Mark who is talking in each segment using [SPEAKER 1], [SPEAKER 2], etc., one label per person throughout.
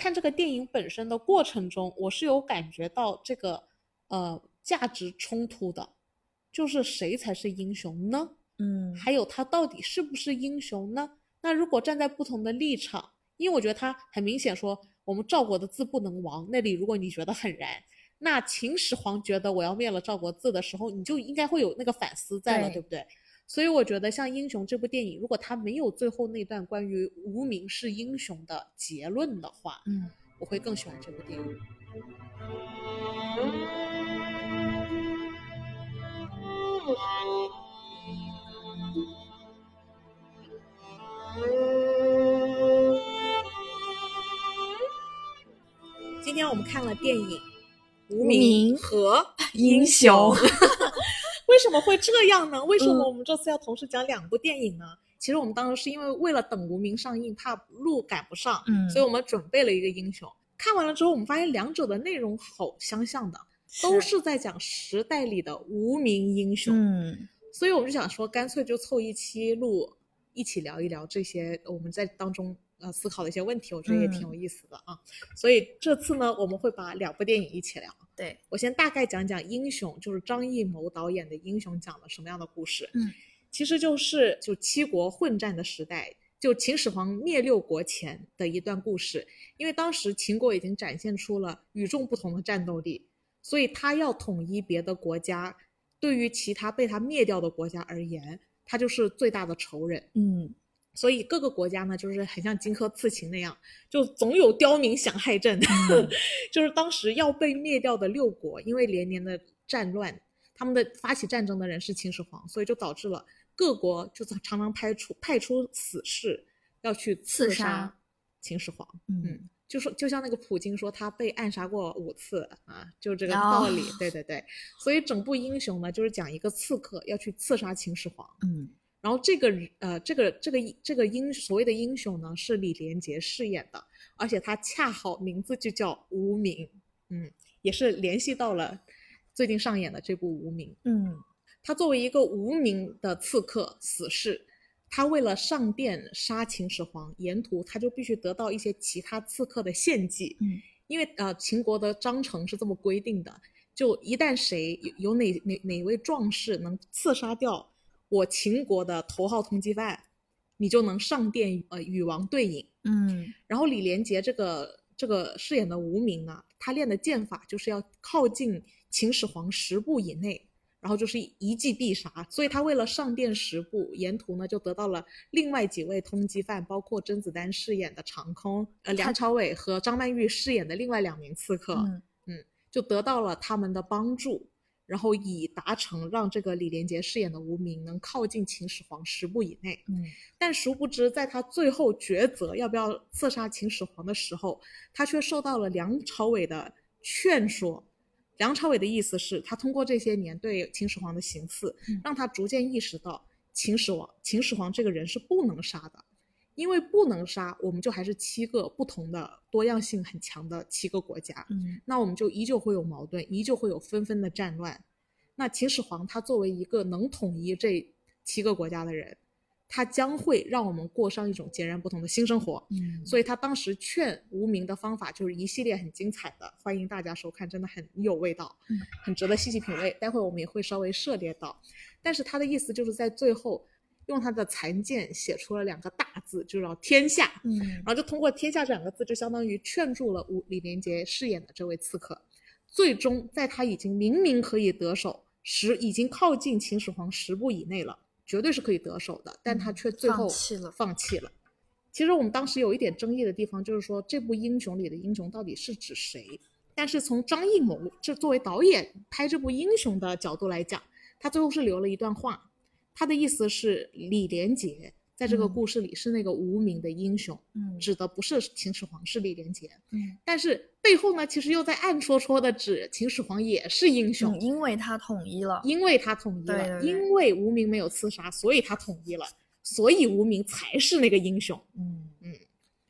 [SPEAKER 1] 看这个电影本身的过程中，我是有感觉到这个呃价值冲突的，就是谁才是英雄呢？
[SPEAKER 2] 嗯
[SPEAKER 1] 还有他到底是不是英雄呢？那如果站在不同的立场，因为我觉得他很明显说我们赵国的字不能亡，那里如果你觉得很燃，那秦始皇觉得我要灭了赵国字的时候，你就应该会有那个反思在了，
[SPEAKER 2] 对
[SPEAKER 1] 对不对？所以我觉得像《英雄》这部电影，如果他没有最后那段关于无名是英雄的结论的话，
[SPEAKER 2] 嗯，
[SPEAKER 1] 我会更喜欢这部电影。今天我们看了电影《无
[SPEAKER 2] 名
[SPEAKER 1] 和
[SPEAKER 2] 英雄
[SPEAKER 1] 为什么会这样呢？为什么
[SPEAKER 2] 嗯
[SPEAKER 1] 我们这次要同时讲两部电影呢？其实我们当时是因为为了等《无名》上映，怕路赶不上，
[SPEAKER 2] 嗯
[SPEAKER 1] 所以我们准备了一个英雄。看完了之后，我们发现两者的内容好相像的，都是在讲时代里的无名英雄。
[SPEAKER 2] 嗯
[SPEAKER 1] 所以我们就想说，干脆就凑一期录，一起聊一聊这些我们在当中呃思考的一些问题，我觉得也
[SPEAKER 2] 嗯
[SPEAKER 1] 挺有意思的啊。所以这次呢，我们会把两部电影一起聊。
[SPEAKER 2] 对
[SPEAKER 1] 我先大概讲讲《英雄》，就是张艺谋导演的《英雄》讲了什么样的故事。
[SPEAKER 2] 嗯，
[SPEAKER 1] 其实就是就七国混战的时代，就秦始皇灭六国前的一段故事。因为当时秦国已经展现出了与众不同的战斗力，所以他要统一别的国家，对于其他被他灭掉的国家而言，他就是最大的仇人。
[SPEAKER 2] 嗯
[SPEAKER 1] 所以各个国家呢，就是很像荆轲刺秦那样，就总有刁民想害朕。
[SPEAKER 2] 嗯
[SPEAKER 1] 就是当时要被灭掉的六国，因为连年的战乱，他们的发起战争的人是秦始皇，所以就导致了各国就常常派出派出死士要去刺
[SPEAKER 2] 刺杀
[SPEAKER 1] 秦始皇。
[SPEAKER 2] 嗯
[SPEAKER 1] 嗯，就说就像那个普京说他被暗杀过五次啊，就这个
[SPEAKER 2] 哦
[SPEAKER 1] 道理。对对对，所以整部英雄呢，就是讲一个刺客要去刺杀秦始皇。
[SPEAKER 2] 嗯
[SPEAKER 1] 然后这个人呃，这个这个这个英所谓的英雄呢，是李连杰饰演的，而且他恰好名字就叫无名，嗯，也是联系到了最近上演的这部《无名》。
[SPEAKER 2] 嗯
[SPEAKER 1] 他作为一个无名的刺客死士，他为了上殿杀秦始皇，沿途他就必须得到一些其他刺客的献祭，
[SPEAKER 2] 嗯，
[SPEAKER 1] 因为呃秦国的章程是这么规定的，就一旦谁有有哪哪哪位壮士能刺杀掉我秦国的头号通缉犯，你就能上殿呃与王对饮。
[SPEAKER 2] 嗯
[SPEAKER 1] 然后李连杰这个这个饰演的无名呢，他练的剑法就是要靠近秦始皇十步以内，然后就是一击必杀。所以他为了上殿十步，沿途呢就得到了另外几位通缉犯，包括甄子丹饰演的长空，呃梁朝伟和张曼玉饰演的另外两名刺客，
[SPEAKER 2] 嗯
[SPEAKER 1] 就得到了他们的帮助。然后以达成让这个李连杰饰演的无名能靠近秦始皇十步以内，
[SPEAKER 2] 嗯
[SPEAKER 1] 但殊不知，在他最后抉择要不要刺杀秦始皇的时候，他却受到了梁朝伟的劝说。梁朝伟的意思是他通过这些年对秦始皇的行刺
[SPEAKER 2] 嗯，
[SPEAKER 1] 让他逐渐意识到秦始皇秦始皇这个人是不能杀的，因为不能杀，我们就还是七个不同的多样性很强的七个国家。
[SPEAKER 2] 嗯
[SPEAKER 1] 那我们就依旧会有矛盾，依旧会有纷纷的战乱。那秦始皇他作为一个能统一这七个国家的人，他将会让我们过上一种截然不同的新生活。
[SPEAKER 2] 嗯
[SPEAKER 1] 所以他当时劝无名的方法就是一系列很精彩的，欢迎大家收看，真的很有味道
[SPEAKER 2] 嗯，
[SPEAKER 1] 很值得细细品味。待会我们也会稍微涉猎到，但是他的意思就是在最后用他的残剑写出了两个大字，就叫天下。
[SPEAKER 2] 嗯
[SPEAKER 1] 然后就通过“天下”这两个字，就相当于劝住了吴李连杰饰演的这位刺客。最终，在他已经明明可以得手，十已经靠近秦始皇十步以内了，绝对是可以得手的，但他
[SPEAKER 2] 嗯
[SPEAKER 1] 却最
[SPEAKER 2] 放
[SPEAKER 1] 后
[SPEAKER 2] 弃了
[SPEAKER 1] 放弃了。其实我们当时有一点争议的地方，就是说这部英雄里的英雄到底是指谁？但是从张艺谋这作为导演拍这部英雄的角度来讲，他最后是留了一段话，他的意思是李连杰在这个
[SPEAKER 2] 嗯
[SPEAKER 1] 故事里是那个无名的英雄，
[SPEAKER 2] 嗯
[SPEAKER 1] 指的不是秦始皇，是李连杰。
[SPEAKER 2] 嗯
[SPEAKER 1] 但是背后呢，其实又在暗戳戳的指秦始皇也是英雄，
[SPEAKER 2] 嗯，因为他统一了，
[SPEAKER 1] 因为他统一了，
[SPEAKER 2] 对对对
[SPEAKER 1] 因为无名没有刺杀，所以他统一了，所以无名才是那个英雄。
[SPEAKER 2] 嗯
[SPEAKER 1] 嗯，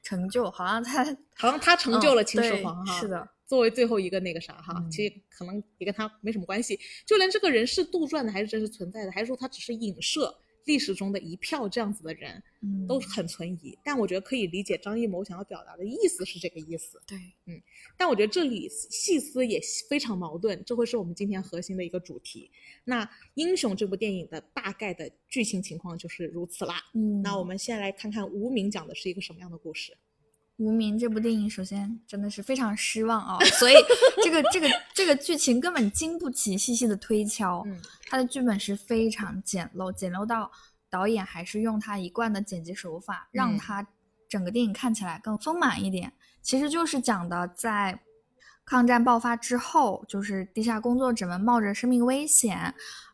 [SPEAKER 2] 成就好像他
[SPEAKER 1] 好像他成就了秦始
[SPEAKER 2] 嗯
[SPEAKER 1] 皇
[SPEAKER 2] 对
[SPEAKER 1] 哈，
[SPEAKER 2] 是的，
[SPEAKER 1] 作为最后一个那个啥哈，
[SPEAKER 2] 嗯
[SPEAKER 1] 其实可能也跟他没什么关系，就连这个人是杜撰的，还是真实存在的，还是说他只是影射历史中的一票这样子的人，
[SPEAKER 2] 嗯，
[SPEAKER 1] 都很存疑。但我觉得可以理解张艺谋想要表达的意思是这个意思。嗯
[SPEAKER 2] 对，
[SPEAKER 1] 但我觉得这里细思也非常矛盾，这会是我们今天核心的一个主题。那《英雄》这部电影的大概的剧情情况就是如此啦。
[SPEAKER 2] 嗯
[SPEAKER 1] 那我们先来看看《无名》讲的是一个什么样的故事。
[SPEAKER 2] 无名这部电影，首先真的是非常失望啊、所以这个这个这个剧情根本经不起细细的推敲。
[SPEAKER 1] 嗯，
[SPEAKER 2] 它的剧本是非常简陋，简陋到导演还是用他一贯的剪辑手法，让
[SPEAKER 1] 嗯
[SPEAKER 2] 它整个电影看起来更丰满一点。其实就是讲的在抗战爆发之后，就是地下工作者们冒着生命危险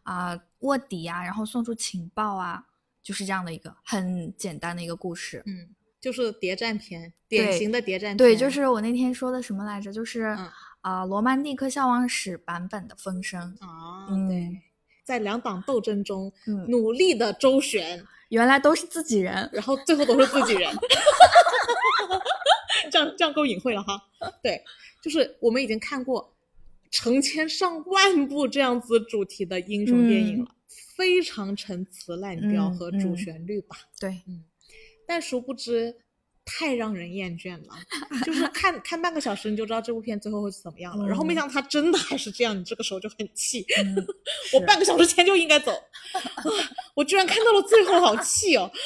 [SPEAKER 2] 啊、卧底啊，然后送出情报啊，就是这样的一个很简单的一个故事。
[SPEAKER 1] 嗯，就是谍战片，典
[SPEAKER 2] 对
[SPEAKER 1] 型的谍战片。
[SPEAKER 2] 对，就是我那天说的什么来着？就是
[SPEAKER 1] 嗯
[SPEAKER 2] 啊、罗曼蒂克消亡史版本的《风声》。
[SPEAKER 1] 啊，
[SPEAKER 2] 嗯
[SPEAKER 1] 对，在两党斗争中
[SPEAKER 2] 嗯，
[SPEAKER 1] 努力的周旋，
[SPEAKER 2] 原来都是自己人。
[SPEAKER 1] 然后最后都是自己人。 这样这样够隐晦了哈。对，就是我们已经看过成千上万部这样子主题的英雄电影了，非常陈词滥调
[SPEAKER 2] 嗯
[SPEAKER 1] 和主
[SPEAKER 2] 嗯
[SPEAKER 1] 旋律吧。
[SPEAKER 2] 对，
[SPEAKER 1] 但殊不知太让人厌倦了，就是看看半个小时你就知道这部片最后会是怎么样了。然后没
[SPEAKER 2] 嗯
[SPEAKER 1] 想到它真的还是这样，你这个时候就很气，
[SPEAKER 2] 嗯
[SPEAKER 1] 我
[SPEAKER 2] 是
[SPEAKER 1] 半个小时前就应该走， 我居然看到了最后，好气哦！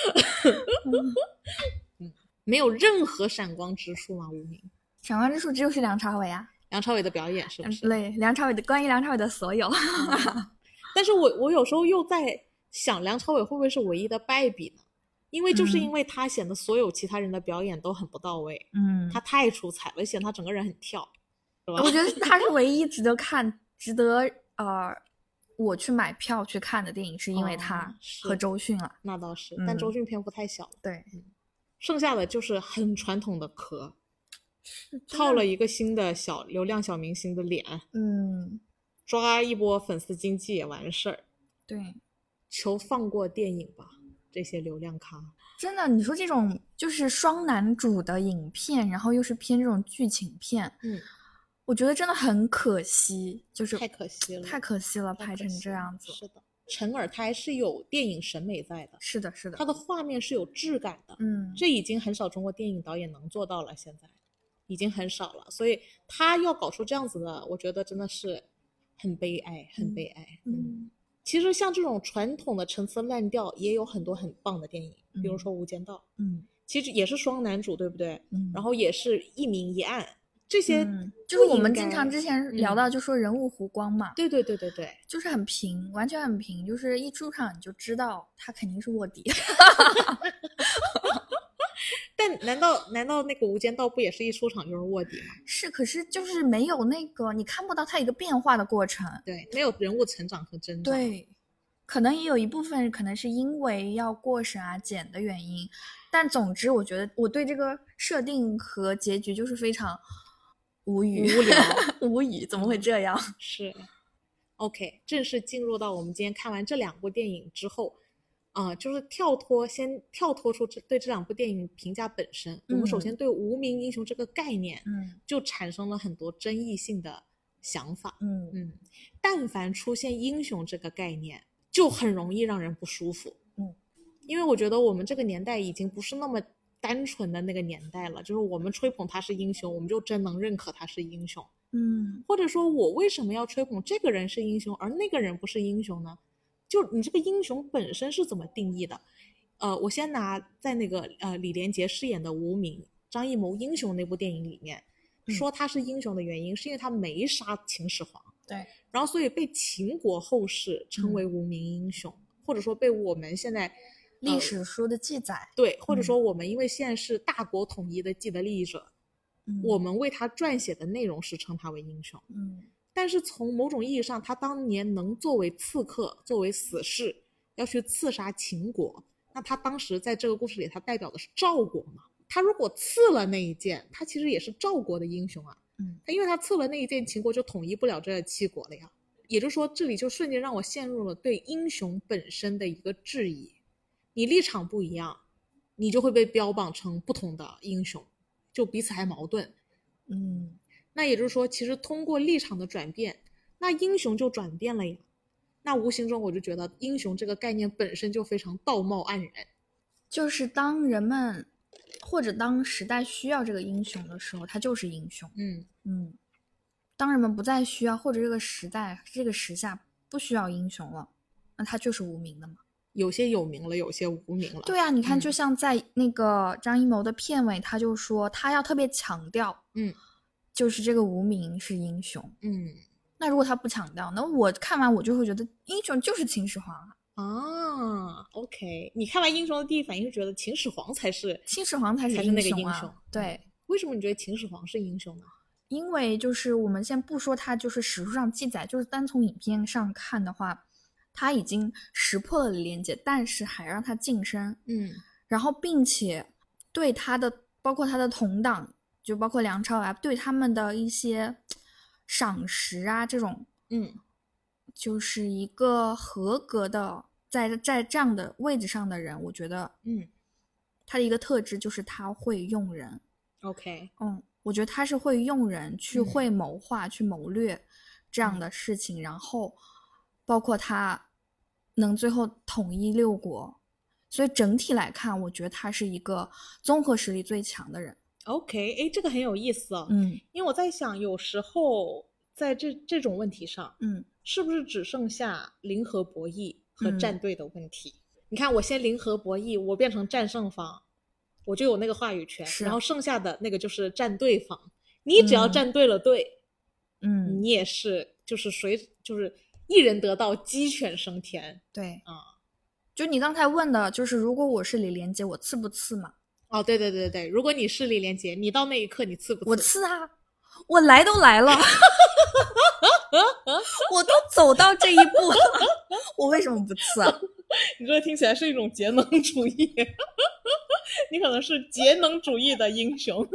[SPEAKER 1] 嗯，没有任何闪光之处吗？无名，
[SPEAKER 2] 闪光之处就是梁朝伟 啊，
[SPEAKER 1] 梁朝伟的表演是不
[SPEAKER 2] 嗯
[SPEAKER 1] 是？
[SPEAKER 2] 对，梁朝伟的关于梁朝伟的所 有，
[SPEAKER 1] 但是我我有时候又在想，梁朝伟会不会是唯一的败笔呢？因为就是
[SPEAKER 2] 嗯
[SPEAKER 1] 因为他显得所有其他人的表演都很不到位，
[SPEAKER 2] 嗯哦
[SPEAKER 1] 他太出彩了，显得他整个人很跳，是吧
[SPEAKER 2] 我？觉得他是唯一值得看、值得呃我去买票去看的电影，是因为
[SPEAKER 1] 哦
[SPEAKER 2] 他
[SPEAKER 1] 是
[SPEAKER 2] 和周迅了。
[SPEAKER 1] 那倒是，但周
[SPEAKER 2] 嗯
[SPEAKER 1] 迅篇幅太小了，
[SPEAKER 2] 对，
[SPEAKER 1] 剩下的就是很传统的壳，
[SPEAKER 2] 真
[SPEAKER 1] 套
[SPEAKER 2] 的
[SPEAKER 1] 了一个新的小流量小明星的脸。
[SPEAKER 2] 嗯，
[SPEAKER 1] 抓一波粉丝经济也完事儿，
[SPEAKER 2] 对，
[SPEAKER 1] 求放过电影吧，这些流量咖。
[SPEAKER 2] 真的，你说这种就是双男主的影片，然后又是偏这种剧情片，
[SPEAKER 1] 嗯，
[SPEAKER 2] 我觉得真的很可惜，就是
[SPEAKER 1] 太可惜了
[SPEAKER 2] 太可惜了，
[SPEAKER 1] 太
[SPEAKER 2] 拍
[SPEAKER 1] 可
[SPEAKER 2] 成
[SPEAKER 1] 惜
[SPEAKER 2] 这
[SPEAKER 1] 了
[SPEAKER 2] 样子。
[SPEAKER 1] 是的，陈耳他还是有电影审美在的，
[SPEAKER 2] 是的，是的
[SPEAKER 1] 他，的画面是有质感的，
[SPEAKER 2] 嗯，
[SPEAKER 1] 这已经很少中国电影导演能做到了，现在已经很少了。所以他要搞出这样子的，我觉得真的是很悲哀，很
[SPEAKER 2] 嗯
[SPEAKER 1] 悲哀。
[SPEAKER 2] 嗯
[SPEAKER 1] 其实像这种传统的陈词滥调，也有很多很棒的电影，比如
[SPEAKER 2] 嗯
[SPEAKER 1] 说《无间道》，
[SPEAKER 2] 嗯
[SPEAKER 1] 其实也是双男主，对不对？
[SPEAKER 2] 嗯，
[SPEAKER 1] 然后也是一明一暗，这些、
[SPEAKER 2] 嗯，就是我们
[SPEAKER 1] 应
[SPEAKER 2] 经常
[SPEAKER 1] 该
[SPEAKER 2] 之前聊
[SPEAKER 1] 嗯
[SPEAKER 2] 到，就说人物弧光嘛，
[SPEAKER 1] 对对对对对，
[SPEAKER 2] 就是很平，完全很平，就是一出场你就知道他肯定是卧底。
[SPEAKER 1] 但难道难道那个《无间道》不也是一出场就是卧底吗？
[SPEAKER 2] 是，可是就是没有那个，你看不到他一个变化的过程。
[SPEAKER 1] 对，没有人物成长和增长。，
[SPEAKER 2] 对，可能也有一部分可能是因为要过审啊、检的原因，但总之我觉得我对这个设定和结局就是非常无语、
[SPEAKER 1] 无 聊
[SPEAKER 2] 无语，怎么会这样？
[SPEAKER 1] 是。OK，正式进入到我们今天看完这两部电影之后，啊、就是跳脱先跳脱出这对这两部电影评价本身，我们首
[SPEAKER 2] 嗯
[SPEAKER 1] 先对无名英雄这个概念
[SPEAKER 2] 嗯
[SPEAKER 1] 就产生了很多争议性的想法。
[SPEAKER 2] 嗯
[SPEAKER 1] 嗯，但凡出现英雄这个概念，就很容易让人不舒服。
[SPEAKER 2] 嗯，
[SPEAKER 1] 因为我觉得我们这个年代已经不是那么单纯的那个年代了，就是我们吹捧他是英雄，我们就真能认可他是英雄，
[SPEAKER 2] 嗯
[SPEAKER 1] 或者说我为什么要吹捧这个人是英雄，而那个人不是英雄呢？就你这个英雄本身是怎么定义的？呃，我先拿在那个呃李连杰饰演的无名张艺谋英雄那部电影里面，
[SPEAKER 2] 嗯
[SPEAKER 1] 说他是英雄的原因是因为他没杀秦始皇。
[SPEAKER 2] 对，
[SPEAKER 1] 然后所以被秦国后世称为无名英雄，
[SPEAKER 2] 嗯
[SPEAKER 1] 或者说被我们现在
[SPEAKER 2] 历史书的记载，
[SPEAKER 1] 对，或者
[SPEAKER 2] 嗯
[SPEAKER 1] 说我们因为现在是大国统一的既得利益者，
[SPEAKER 2] 嗯
[SPEAKER 1] 我们为他撰写的内容是称他为英雄。
[SPEAKER 2] 嗯
[SPEAKER 1] 但是从某种意义上，他当年能作为刺客，作为死士，要去刺杀秦国，那他当时在这个故事里，他代表的是赵国嘛？他如果刺了那一剑，他其实也是赵国的英雄啊。
[SPEAKER 2] 嗯
[SPEAKER 1] 他因为他刺了那一剑，秦国就统一不了这七国了呀。也就是说，这里就瞬间让我陷入了对英雄本身的一个质疑。你立场不一样，你就会被标榜成不同的英雄，就彼此还矛盾。
[SPEAKER 2] 嗯
[SPEAKER 1] 那也就是说，其实通过立场的转变，那英雄就转变了呀。那无形中我就觉得英雄这个概念本身就非常道貌岸然。
[SPEAKER 2] 就是当人们或者当时代需要这个英雄的时候，他就是英雄。
[SPEAKER 1] 嗯，
[SPEAKER 2] 嗯，当人们不再需要或者这个时代这个时下不需要英雄了，那他就是无名的嘛。
[SPEAKER 1] 有些有名了，有些无名了。
[SPEAKER 2] 对啊，你看，
[SPEAKER 1] 嗯
[SPEAKER 2] 就像在那个张艺谋的片尾，他就说他要特别强调，
[SPEAKER 1] 嗯，
[SPEAKER 2] 就是这个无名是英雄。
[SPEAKER 1] 嗯
[SPEAKER 2] 那如果他不强调，那我看完我就会觉得英雄就是秦始皇啊，
[SPEAKER 1] 啊，OK，你看完英雄的第一反应是觉得秦始皇才是
[SPEAKER 2] 秦始皇才是
[SPEAKER 1] 才
[SPEAKER 2] 英
[SPEAKER 1] 是
[SPEAKER 2] 雄
[SPEAKER 1] 那
[SPEAKER 2] 啊。
[SPEAKER 1] 个英雄，嗯
[SPEAKER 2] 对，
[SPEAKER 1] 为什么你觉得秦始皇是英雄呢？
[SPEAKER 2] 因为就是我们先不说他就是史书上记载，就是单从影片上看的话，他已经识破了李连杰，但是还让他晋升，
[SPEAKER 1] 嗯
[SPEAKER 2] 然后并且对他的包括他的同党，就包括梁朝伟啊，对他们的一些赏识啊，这种
[SPEAKER 1] 嗯
[SPEAKER 2] 就是一个合格的在在这样的位置上的人，我觉得
[SPEAKER 1] 嗯
[SPEAKER 2] 他的一个特质就是他会用人，
[SPEAKER 1] ，OK，
[SPEAKER 2] 嗯，我觉得他是会用人去
[SPEAKER 1] 嗯
[SPEAKER 2] 会谋划、去谋略这样
[SPEAKER 1] 嗯
[SPEAKER 2] 的事情，然后包括他能最后统一六国，所以整体来看，我觉得他是一个综合实力最强的人。
[SPEAKER 1] OK，哎，这个很有意思哦，
[SPEAKER 2] 嗯
[SPEAKER 1] 因为我在想，有时候在这这种问题上，
[SPEAKER 2] 嗯
[SPEAKER 1] 是不是只剩下零和博弈和
[SPEAKER 2] 嗯
[SPEAKER 1] 站队的问题？你看，我先零和博弈，我变成战胜方，我就有那个话语权，
[SPEAKER 2] 是
[SPEAKER 1] 然后剩下的那个就是站队方，你只要
[SPEAKER 2] 嗯
[SPEAKER 1] 站对了队，
[SPEAKER 2] 嗯，
[SPEAKER 1] 你也是就是谁就是一人得道鸡犬升天
[SPEAKER 2] 对
[SPEAKER 1] 啊。
[SPEAKER 2] 就你刚才问的，就是如果我是李连杰，我刺不刺嘛？
[SPEAKER 1] 哦，对对对对对，如果你势力连结，你到那一刻你刺不
[SPEAKER 2] 我
[SPEAKER 1] 刺？
[SPEAKER 2] 刺啊，我来都来了，我都走到这一步了， 我为什么不刺啊？
[SPEAKER 1] 你这听起来是一种节能主义， 你可能是节能主义的英雄。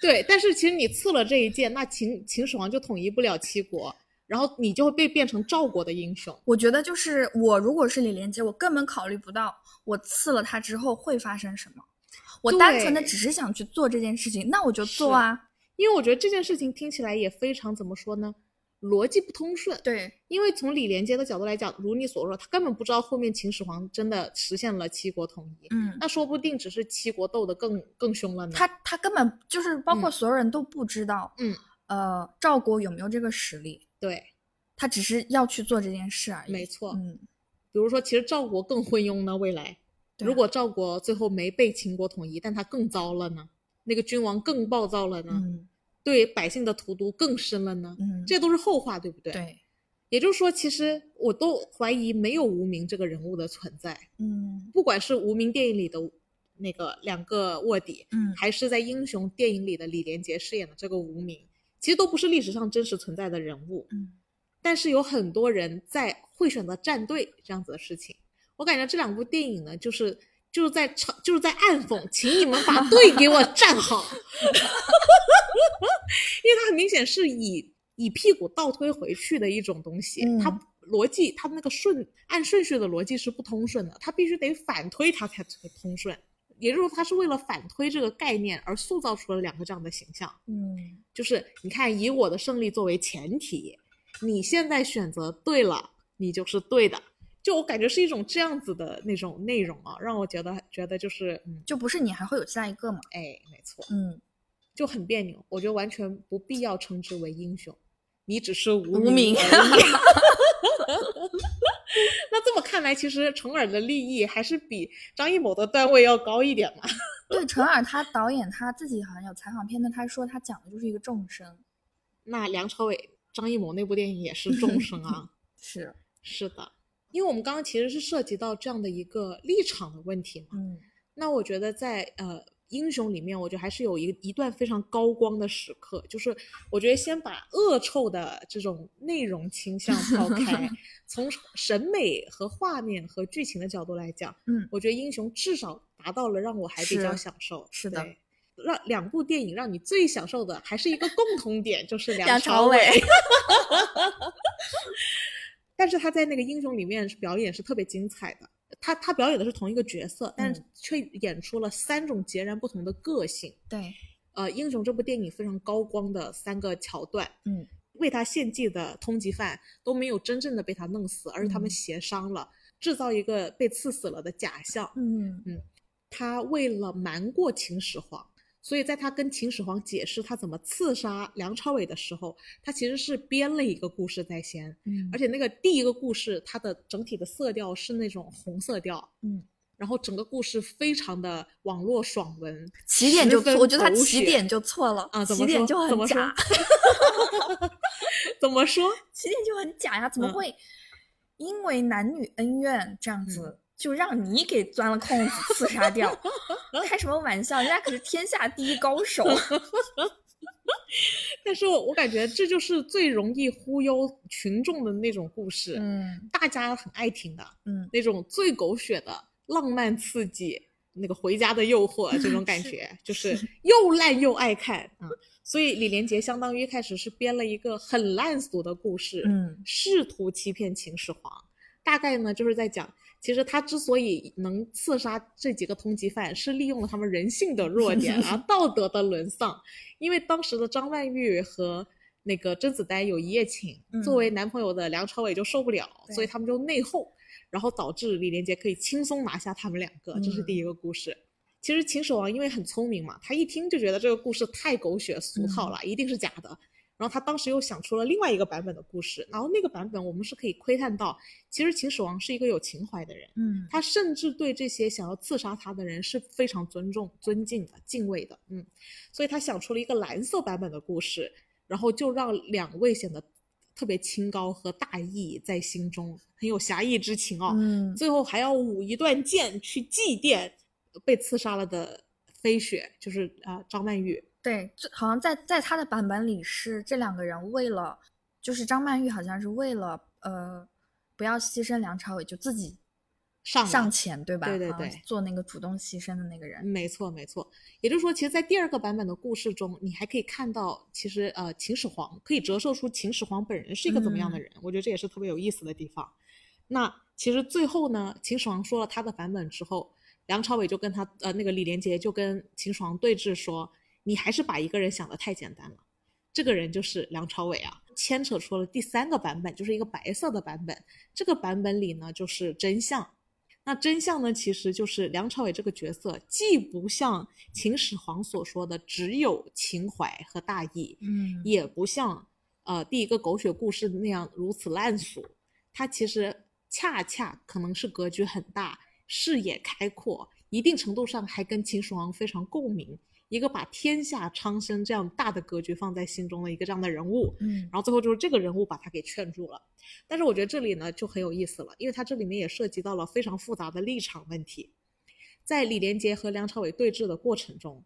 [SPEAKER 1] 对，但是其实你刺了这一剑，那秦秦始皇就统一不了七国，然后你就会被变成赵国的英雄。
[SPEAKER 2] 我觉得就是我如果是李连杰，我根本考虑不到我刺了他之后会发生什么，我单纯的
[SPEAKER 1] 对
[SPEAKER 2] 只是想去做这件事情，那我就是做啊。
[SPEAKER 1] 因为我觉得这件事情听起来也非常怎么说呢，逻辑不通顺。
[SPEAKER 2] 对，
[SPEAKER 1] 因为从李连杰的角度来讲，如你所说，他根本不知道后面秦始皇真的实现了七国统一，
[SPEAKER 2] 嗯，
[SPEAKER 1] 那说不定只是七国斗得更更凶了呢。
[SPEAKER 2] 他他根本就是包括
[SPEAKER 1] 嗯
[SPEAKER 2] 所有人都不知道，
[SPEAKER 1] 嗯，
[SPEAKER 2] 呃，赵国有没有这个实力，
[SPEAKER 1] 对，
[SPEAKER 2] 他只是要去做这件事而已。
[SPEAKER 1] 没错
[SPEAKER 2] 嗯，
[SPEAKER 1] 比如说，其实赵国更昏庸呢，未来
[SPEAKER 2] 对啊
[SPEAKER 1] 如果赵国最后没被秦国统一，但他更糟了呢，那个君王更暴躁了呢，
[SPEAKER 2] 嗯
[SPEAKER 1] 对百姓的荼毒更深了呢，
[SPEAKER 2] 嗯，
[SPEAKER 1] 这都是后话，对不对？。
[SPEAKER 2] 对，
[SPEAKER 1] 也就是说，其实我都怀疑没有无名这个人物的存在，
[SPEAKER 2] 嗯
[SPEAKER 1] 不管是无名电影里的那个两个卧底，
[SPEAKER 2] 嗯，
[SPEAKER 1] 还是在英雄电影里的李连杰饰演的这个无名，其实都不是历史上真实存在的人物。
[SPEAKER 2] 嗯
[SPEAKER 1] 但是有很多人在会选择站队这样子的事情。我感觉这两部电影呢，就是就是在嘲就是在暗讽，请你们把队给我站好， 因为它很明显是以以屁股倒推回去的一种东西，
[SPEAKER 2] 嗯
[SPEAKER 1] 它逻辑它那个顺按顺序的逻辑是不通顺的，它必须得反推它才通顺。也就是说，它是为了反推这个概念而塑造出了两个这样的形象。
[SPEAKER 2] 嗯
[SPEAKER 1] 就是你看，以我的胜利作为前提，你现在选择对了，你就是对的。就我感觉是一种这样子的那种内容啊，让我觉得觉得就是，嗯，
[SPEAKER 2] 就不是你还会有下一个嘛？
[SPEAKER 1] 哎，没错，
[SPEAKER 2] 嗯，
[SPEAKER 1] 就很别扭。我觉得完全不必要称之为英雄，你只是无
[SPEAKER 2] 无名
[SPEAKER 1] 而已 那这么看来，其实重耳的利益还是比张艺谋的段位要高一点嘛。呃
[SPEAKER 2] 对，陈耳他导演他自己好像有采访片段，他说他讲的就是一个众生。
[SPEAKER 1] 那梁朝伟、张艺谋那部电影也是众生啊。
[SPEAKER 2] 是，
[SPEAKER 1] 是的，因为我们刚刚其实是涉及到这样的一个立场的问题嘛。
[SPEAKER 2] 嗯
[SPEAKER 1] 那我觉得在呃英雄里面，我觉得还是有一一段非常高光的时刻，就是我觉得先把恶臭的这种内容倾向抛 开，从审美和画面和剧情的角度来讲，
[SPEAKER 2] 嗯，
[SPEAKER 1] 我觉得英雄至少达到了让我还比较
[SPEAKER 2] 是
[SPEAKER 1] 享受。
[SPEAKER 2] 是的
[SPEAKER 1] 对。让两部电影让你最享受的还是一个共同点， 就是梁
[SPEAKER 2] 梁朝
[SPEAKER 1] 伟。
[SPEAKER 2] 伟
[SPEAKER 1] 但是他在那个英雄里面是表演是特别精彩的。他他表演的是同一个角色，但
[SPEAKER 2] 嗯
[SPEAKER 1] 是却演出了三种截然不同的个性。
[SPEAKER 2] 对，
[SPEAKER 1] 呃，英雄这部电影非常高光的三个桥段，
[SPEAKER 2] 嗯，
[SPEAKER 1] 为他献祭的通缉犯都没有真正的被他弄死，而是他
[SPEAKER 2] 嗯
[SPEAKER 1] 们协商了，制造一个被刺死了的假象。
[SPEAKER 2] 嗯
[SPEAKER 1] 他为了瞒过秦始皇，所以在他跟秦始皇解释他怎么刺杀梁朝伟的时候，他其实是编了一个故事在先，
[SPEAKER 2] 嗯，
[SPEAKER 1] 而且那个第一个故事它的整体的色调是那种红色调，
[SPEAKER 2] 嗯，
[SPEAKER 1] 然后整个故事非常的网络爽文，
[SPEAKER 2] 起点就
[SPEAKER 1] 十分
[SPEAKER 2] 错，我觉得他
[SPEAKER 1] 狗
[SPEAKER 2] 起
[SPEAKER 1] 血
[SPEAKER 2] 点就错了
[SPEAKER 1] 啊，怎
[SPEAKER 2] 起
[SPEAKER 1] 么
[SPEAKER 2] 点
[SPEAKER 1] 说？
[SPEAKER 2] 就
[SPEAKER 1] 怎
[SPEAKER 2] 很
[SPEAKER 1] 么说
[SPEAKER 2] 假，？
[SPEAKER 1] 怎么说？
[SPEAKER 2] 起点就很假呀，怎么
[SPEAKER 1] 嗯
[SPEAKER 2] 会因为男女恩怨这样子
[SPEAKER 1] 嗯
[SPEAKER 2] 就让你给钻了空子刺 杀掉？开什么玩笑？人家可是天下第一 高手。
[SPEAKER 1] 但是我我感觉这就是最容易忽悠群众的那种故事，
[SPEAKER 2] 嗯
[SPEAKER 1] 大家很爱听的
[SPEAKER 2] 嗯，
[SPEAKER 1] 那种最狗血的浪漫刺激，那个回家的诱惑这种感觉，就是 又烂又爱看啊、嗯所以李连杰相当于一开始是编了一个很烂俗的故事，
[SPEAKER 2] 嗯
[SPEAKER 1] 试图欺骗秦始皇。大概呢，就是在讲，其实他之所以能刺杀这几个通缉犯，是利用了他们人性的弱点 啊，道德的沦丧。因为当时的张曼玉和那个甄子丹有一夜情，
[SPEAKER 2] 嗯
[SPEAKER 1] 作为男朋友的梁朝伟就受不了，
[SPEAKER 2] 对
[SPEAKER 1] 所以他们就内讧，然后导致李连杰可以轻松拿下他们两个，这是
[SPEAKER 2] 嗯
[SPEAKER 1] 第一个故事。其实秦始皇因为很聪明嘛，他一听就觉得这个故事太狗血俗套了，一定是假的。然后他当时又想出了另外一个版本的故事，然后那个版本我们是可以窥探到，其实秦始皇是一个有情怀的人，
[SPEAKER 2] 嗯
[SPEAKER 1] 他甚至对这些想要刺杀他的人是非常尊重、尊敬的、敬畏的，嗯，所以他想出了一个蓝色版本的故事，然后就让两位显得特别清高和大义在心中，很有侠义之情哦，
[SPEAKER 2] 嗯
[SPEAKER 1] 最后还要舞一段剑去祭奠被刺杀了的飞雪，就是啊、呃张曼玉，
[SPEAKER 2] 对，这好像在在他的版本里是这两个人为了，就是张曼玉好像是为了呃不要牺牲梁朝伟，就自己
[SPEAKER 1] 上了
[SPEAKER 2] 上前对吧？
[SPEAKER 1] 哦对对
[SPEAKER 2] 好像
[SPEAKER 1] 对
[SPEAKER 2] 做那个主动牺牲的那个人。
[SPEAKER 1] 没错，没错。也就是说，其实，在第二个版本的故事中，你还可以看到，其实呃，秦始皇可以折射出秦始皇本人是一个怎么样的人。我觉得这也是特别有意思的地方。那其实最后呢，秦始皇说了他的版本之后，梁朝伟就跟他呃那个李连杰就跟秦始皇对峙说：“你还是把一个人想得太简单了。”这个人就是梁朝伟啊，牵扯出了第三个版本，就是一个白色的版本。这个版本里呢，就是真相。那真相呢，其实就是梁朝伟这个角色既不像秦始皇所说的只有情怀和大义，
[SPEAKER 2] 嗯
[SPEAKER 1] 也不像呃第一个狗血故事那样如此烂俗，他其实恰恰可能是格局很大，视野开阔，一定程度上还跟秦始皇非常共鸣，一个把天下苍生这样大的格局放在心中的一个这样的人物。
[SPEAKER 2] 嗯
[SPEAKER 1] 然后最后就是这个人物把他给劝住了。但是我觉得这里呢就很有意思了，因为它这里面也涉及到了非常复杂的立场问题。在李连杰和梁朝伟对峙的过程中，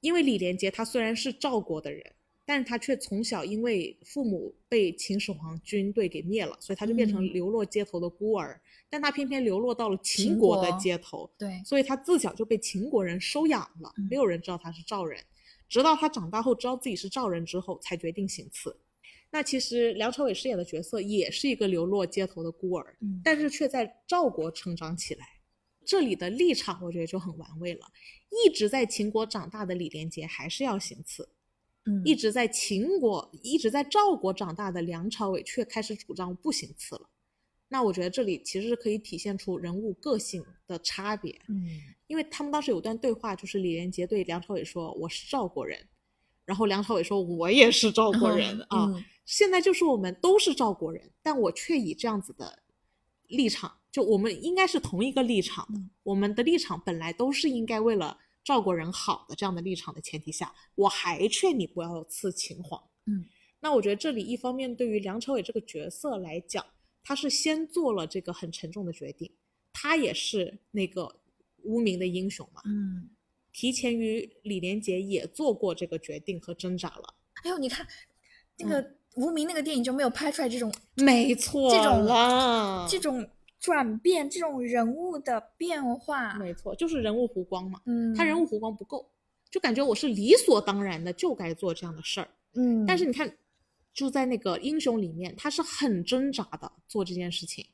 [SPEAKER 1] 因为李连杰他虽然是赵国的人，但是他却从小因为父母被秦始皇军队给灭了，所以他就变成
[SPEAKER 2] 嗯
[SPEAKER 1] 流落街头的孤儿。但他偏偏流落到了
[SPEAKER 2] 秦
[SPEAKER 1] 秦国的
[SPEAKER 2] 国
[SPEAKER 1] 街头，
[SPEAKER 2] 对，
[SPEAKER 1] 所以他自小就被秦国人收养了
[SPEAKER 2] 嗯，
[SPEAKER 1] 没有人知道他是赵人。直到他长大后知道自己是赵人之后，才决定行刺。那其实梁朝伟饰演的角色也是一个流落街头的孤儿，
[SPEAKER 2] 嗯
[SPEAKER 1] 但是却在赵国成长起来。这里的立场我觉得就很玩味了。一直在秦国长大的李连杰还是要行刺，
[SPEAKER 2] 嗯
[SPEAKER 1] 一直在秦国、一直在赵国长大的梁朝伟却开始主张不行刺了。那我觉得这里其实是可以体现出人物个性的差别。
[SPEAKER 2] 嗯
[SPEAKER 1] 因为他们当时有段对话，就是李连杰对梁朝伟说：“我是赵国人。”然后梁朝伟说：“我也是赵国人、啊。
[SPEAKER 2] 嗯
[SPEAKER 1] 现在就是我们都是赵国人，但我却以这样子的立场，就我们应该是同一个立场的，
[SPEAKER 2] 嗯
[SPEAKER 1] 我们的立场本来都是应该为了赵国人好的这样的立场的前提下，我还劝你不要刺秦皇。
[SPEAKER 2] 嗯，
[SPEAKER 1] 那我觉得这里一方面对于梁朝伟这个角色来讲，他是先做了这个很沉重的决定，他也是那个无名的英雄嘛，
[SPEAKER 2] 嗯，
[SPEAKER 1] 提前于李连杰也做过这个决定和挣扎了。
[SPEAKER 2] 哎呦，你看那个无名那个电影就没有拍出来这种
[SPEAKER 1] 嗯没错
[SPEAKER 2] 这种
[SPEAKER 1] 啦，
[SPEAKER 2] 这种转变，这种人物的变化，
[SPEAKER 1] 没错，就是人物弧光嘛，
[SPEAKER 2] 啊嗯，
[SPEAKER 1] 他人物，弧光不够，就感觉我是理所当然的就该做这样的事儿。
[SPEAKER 2] 嗯，
[SPEAKER 1] 但是你看，就在那个英雄里面，他是很挣扎的做这件事情，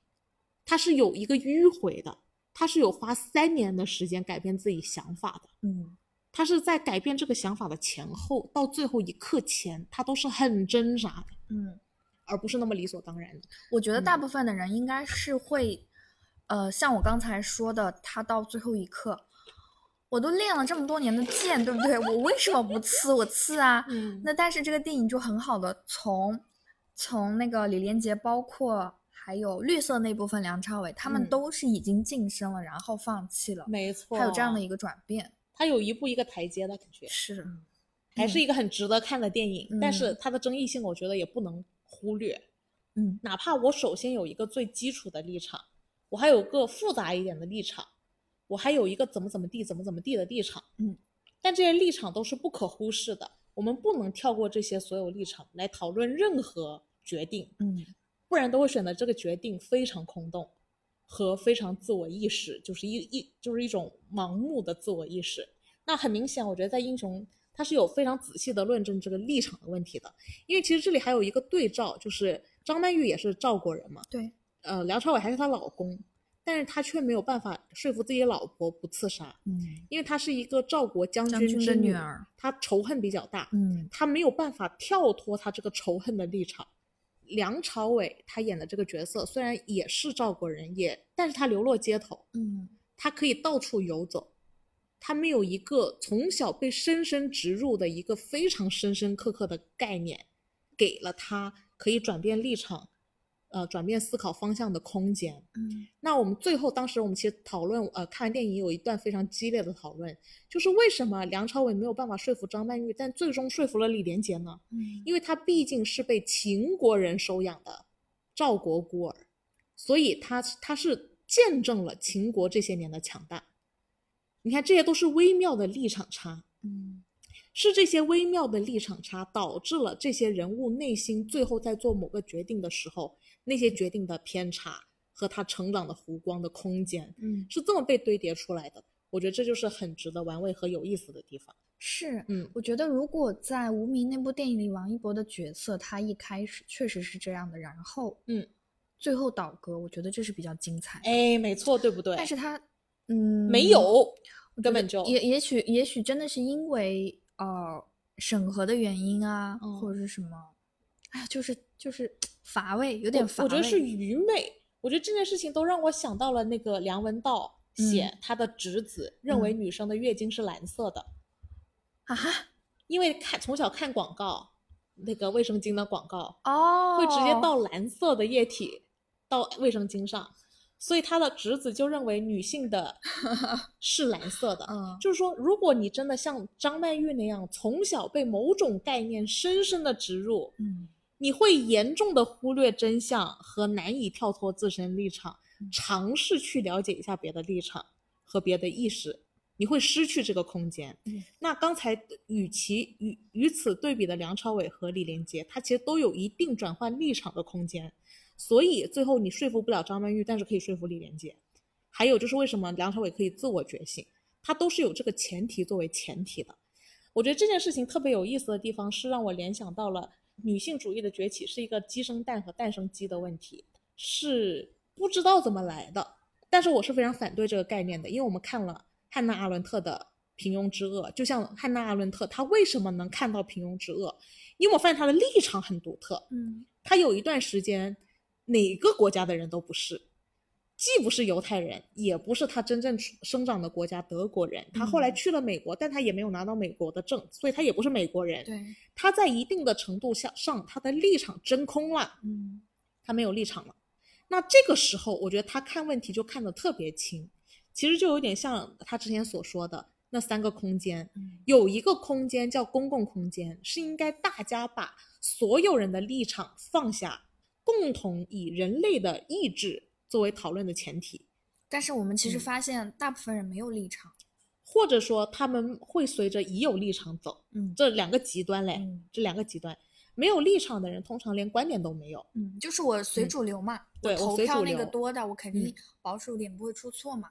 [SPEAKER 1] 他是有一个迂回的，他是有花三年的时间改变自己想法的，
[SPEAKER 2] 嗯
[SPEAKER 1] 他是在改变这个想法的前后到最后一刻前，他都是很挣扎的。
[SPEAKER 2] 嗯，
[SPEAKER 1] 而不是那么理所当然的。
[SPEAKER 2] 我觉得大
[SPEAKER 1] 嗯
[SPEAKER 2] 部分的人应该是会，呃，像我刚才说的，他到最后一刻，我都练了这么多年的剑，对不对？我为什么不刺？我刺啊！
[SPEAKER 1] 嗯
[SPEAKER 2] 那但是这个电影就很好的从从那个李连杰，包括还有绿色那部分梁朝伟，他们
[SPEAKER 1] 嗯
[SPEAKER 2] 都是已经晋升了，然后放弃了，
[SPEAKER 1] 没错，
[SPEAKER 2] 还有这样的，一个转变，
[SPEAKER 1] 它有一步一个台阶的感觉，
[SPEAKER 2] 是，
[SPEAKER 1] 还是一个很值得看的电影。
[SPEAKER 2] 嗯
[SPEAKER 1] 但是它的争议性，我觉得也不能忽略。
[SPEAKER 2] 嗯
[SPEAKER 1] 哪怕我首先有一个最基础的立场，我还有个复杂一点的立场，我还有一个怎么怎么地、怎么怎么地的立场，
[SPEAKER 2] 嗯，
[SPEAKER 1] 但这些立场都是不可忽视的，我们不能跳过这些所有立场来讨论任何决定，
[SPEAKER 2] 嗯
[SPEAKER 1] 不然都会显得这个决定非常空洞和非常自我意识，就是一一就是一种盲目的自我意识。那很明显，我觉得在英雄他是有非常仔细的论证这个立场的问题的，因为其实这里还有一个对照，就是张曼玉也是赵国人嘛，
[SPEAKER 2] 对，
[SPEAKER 1] 呃，梁朝伟还是她老公，但是她却没有办法说服自己老婆不刺杀，
[SPEAKER 2] 嗯
[SPEAKER 1] 因为她是一个赵国将
[SPEAKER 2] 将
[SPEAKER 1] 军
[SPEAKER 2] 军
[SPEAKER 1] 之
[SPEAKER 2] 的女
[SPEAKER 1] 女
[SPEAKER 2] 儿，
[SPEAKER 1] 她仇恨比较大，
[SPEAKER 2] 嗯
[SPEAKER 1] 他没有办法跳脱他这个仇恨的立场。梁朝伟他演的这个角色虽然也是赵国人，也但是他流落街头，
[SPEAKER 2] 嗯
[SPEAKER 1] 他可以到处游走，他没有一个从小被深深植入的一个非常深深刻刻的概念，给了他可以转变立场，呃，转变思考方向的空间。
[SPEAKER 2] 嗯
[SPEAKER 1] 那我们最后当时我们其实讨论，呃，看完电影有一段非常激烈的讨论，就是为什么梁朝伟没有办法说服张曼玉，但最终说服了李连杰呢？
[SPEAKER 2] 嗯
[SPEAKER 1] 因为他毕竟是被秦国人收养的赵国孤儿，所以他他是见证了秦国这些年的强大。你看，这些都是微妙的立场差，
[SPEAKER 2] 嗯
[SPEAKER 1] 是这些微妙的立场差导致了这些人物内心最后在做某个决定的时候，那些决定的偏差和他成长的弧光的空间
[SPEAKER 2] 嗯，
[SPEAKER 1] 是这么被堆叠出来的。我觉得这就是很值得玩味和有意思的地方。
[SPEAKER 2] 是。
[SPEAKER 1] 嗯，
[SPEAKER 2] 我觉得，如果在《无名》那部电影里，王一博的角色他一开始确实是这样的，然后
[SPEAKER 1] 嗯，
[SPEAKER 2] 最后倒戈，我觉得这是比较精彩的。
[SPEAKER 1] 哎，没错，对不对？
[SPEAKER 2] 但是他，嗯，
[SPEAKER 1] 没有，
[SPEAKER 2] 我觉
[SPEAKER 1] 根
[SPEAKER 2] 得
[SPEAKER 1] 本就
[SPEAKER 2] 也也许也许真的是因为呃审核的原因啊，
[SPEAKER 1] 嗯
[SPEAKER 2] 或者是什么，哎呀，就是就是乏味，有点乏
[SPEAKER 1] 我。
[SPEAKER 2] 味。
[SPEAKER 1] 我觉得是愚昧。我觉得这件事情都让我想到了那个梁文道写他的侄子、认为女生的月经是蓝色的，
[SPEAKER 2] 啊哈
[SPEAKER 1] 因为看从小看广告，那个卫生巾的广告
[SPEAKER 2] 哦，
[SPEAKER 1] 会直接倒蓝色的液体到卫生巾上，所以他的侄子就认为女性的是蓝色的。
[SPEAKER 2] 嗯
[SPEAKER 1] 就是说，如果你真的像张曼玉那样，从小被某种概念深深的植入，
[SPEAKER 2] 嗯
[SPEAKER 1] 你会严重的忽略真相和难以跳脱自身立场
[SPEAKER 2] 嗯，
[SPEAKER 1] 尝试去了解一下别的立场和别的意识，你会失去这个空间。
[SPEAKER 2] 嗯
[SPEAKER 1] 那刚才与其与与此对比的梁朝伟和李连杰，他其实都有一定转换立场的空间，所以最后你说服不了张曼玉，但是可以说服李连杰。还有就是为什么梁朝伟可以自我觉醒，他都是有这个前提作为前提的。我觉得这件事情特别有意思的地方是让我联想到了女性主义的崛起是一个鸡生蛋和蛋生鸡的问题，是不知道怎么来的。但是我是非常反对这个概念的，因为我们看了汉娜·阿伦特的《平庸之恶》，就像汉娜·阿伦特，她为什么能看到《平庸之恶》？你有没有发现她的立场很独特？
[SPEAKER 2] 嗯
[SPEAKER 1] 她有一段时间哪个国家的人都不是，既不是犹太人，也不是她真正出生长的国家德国人。她后来
[SPEAKER 2] 嗯
[SPEAKER 1] 去了美国，但她也没有拿到美国的证，所以她也不是美国人。
[SPEAKER 2] 对
[SPEAKER 1] 她在一定的程度下上，她的立场真空了，
[SPEAKER 2] 嗯
[SPEAKER 1] 她没有立场了。那这个时候，我觉得她看问题就看得特别清，其实就有点像她之前所说的那三个空间，
[SPEAKER 2] 嗯
[SPEAKER 1] 有一个空间叫公共空间，是应该大家把所有人的立场放下，共同以人类的意志作为讨论的前提，
[SPEAKER 2] 但是我们其实
[SPEAKER 1] 嗯
[SPEAKER 2] 发现大部分人没有立场。
[SPEAKER 1] 或者说他们会随着已有立场走，
[SPEAKER 2] 嗯
[SPEAKER 1] 这两个极端嘞，
[SPEAKER 2] 嗯
[SPEAKER 1] 这两个极端，没有立场的人通常连观点都没有。
[SPEAKER 2] 嗯，就是我随
[SPEAKER 1] 嗯
[SPEAKER 2] 主流嘛，
[SPEAKER 1] 对我
[SPEAKER 2] 投
[SPEAKER 1] 随
[SPEAKER 2] 票
[SPEAKER 1] 主
[SPEAKER 2] 那个
[SPEAKER 1] 流
[SPEAKER 2] 多的，我肯
[SPEAKER 1] 嗯
[SPEAKER 2] 定保守点，不会出错嘛。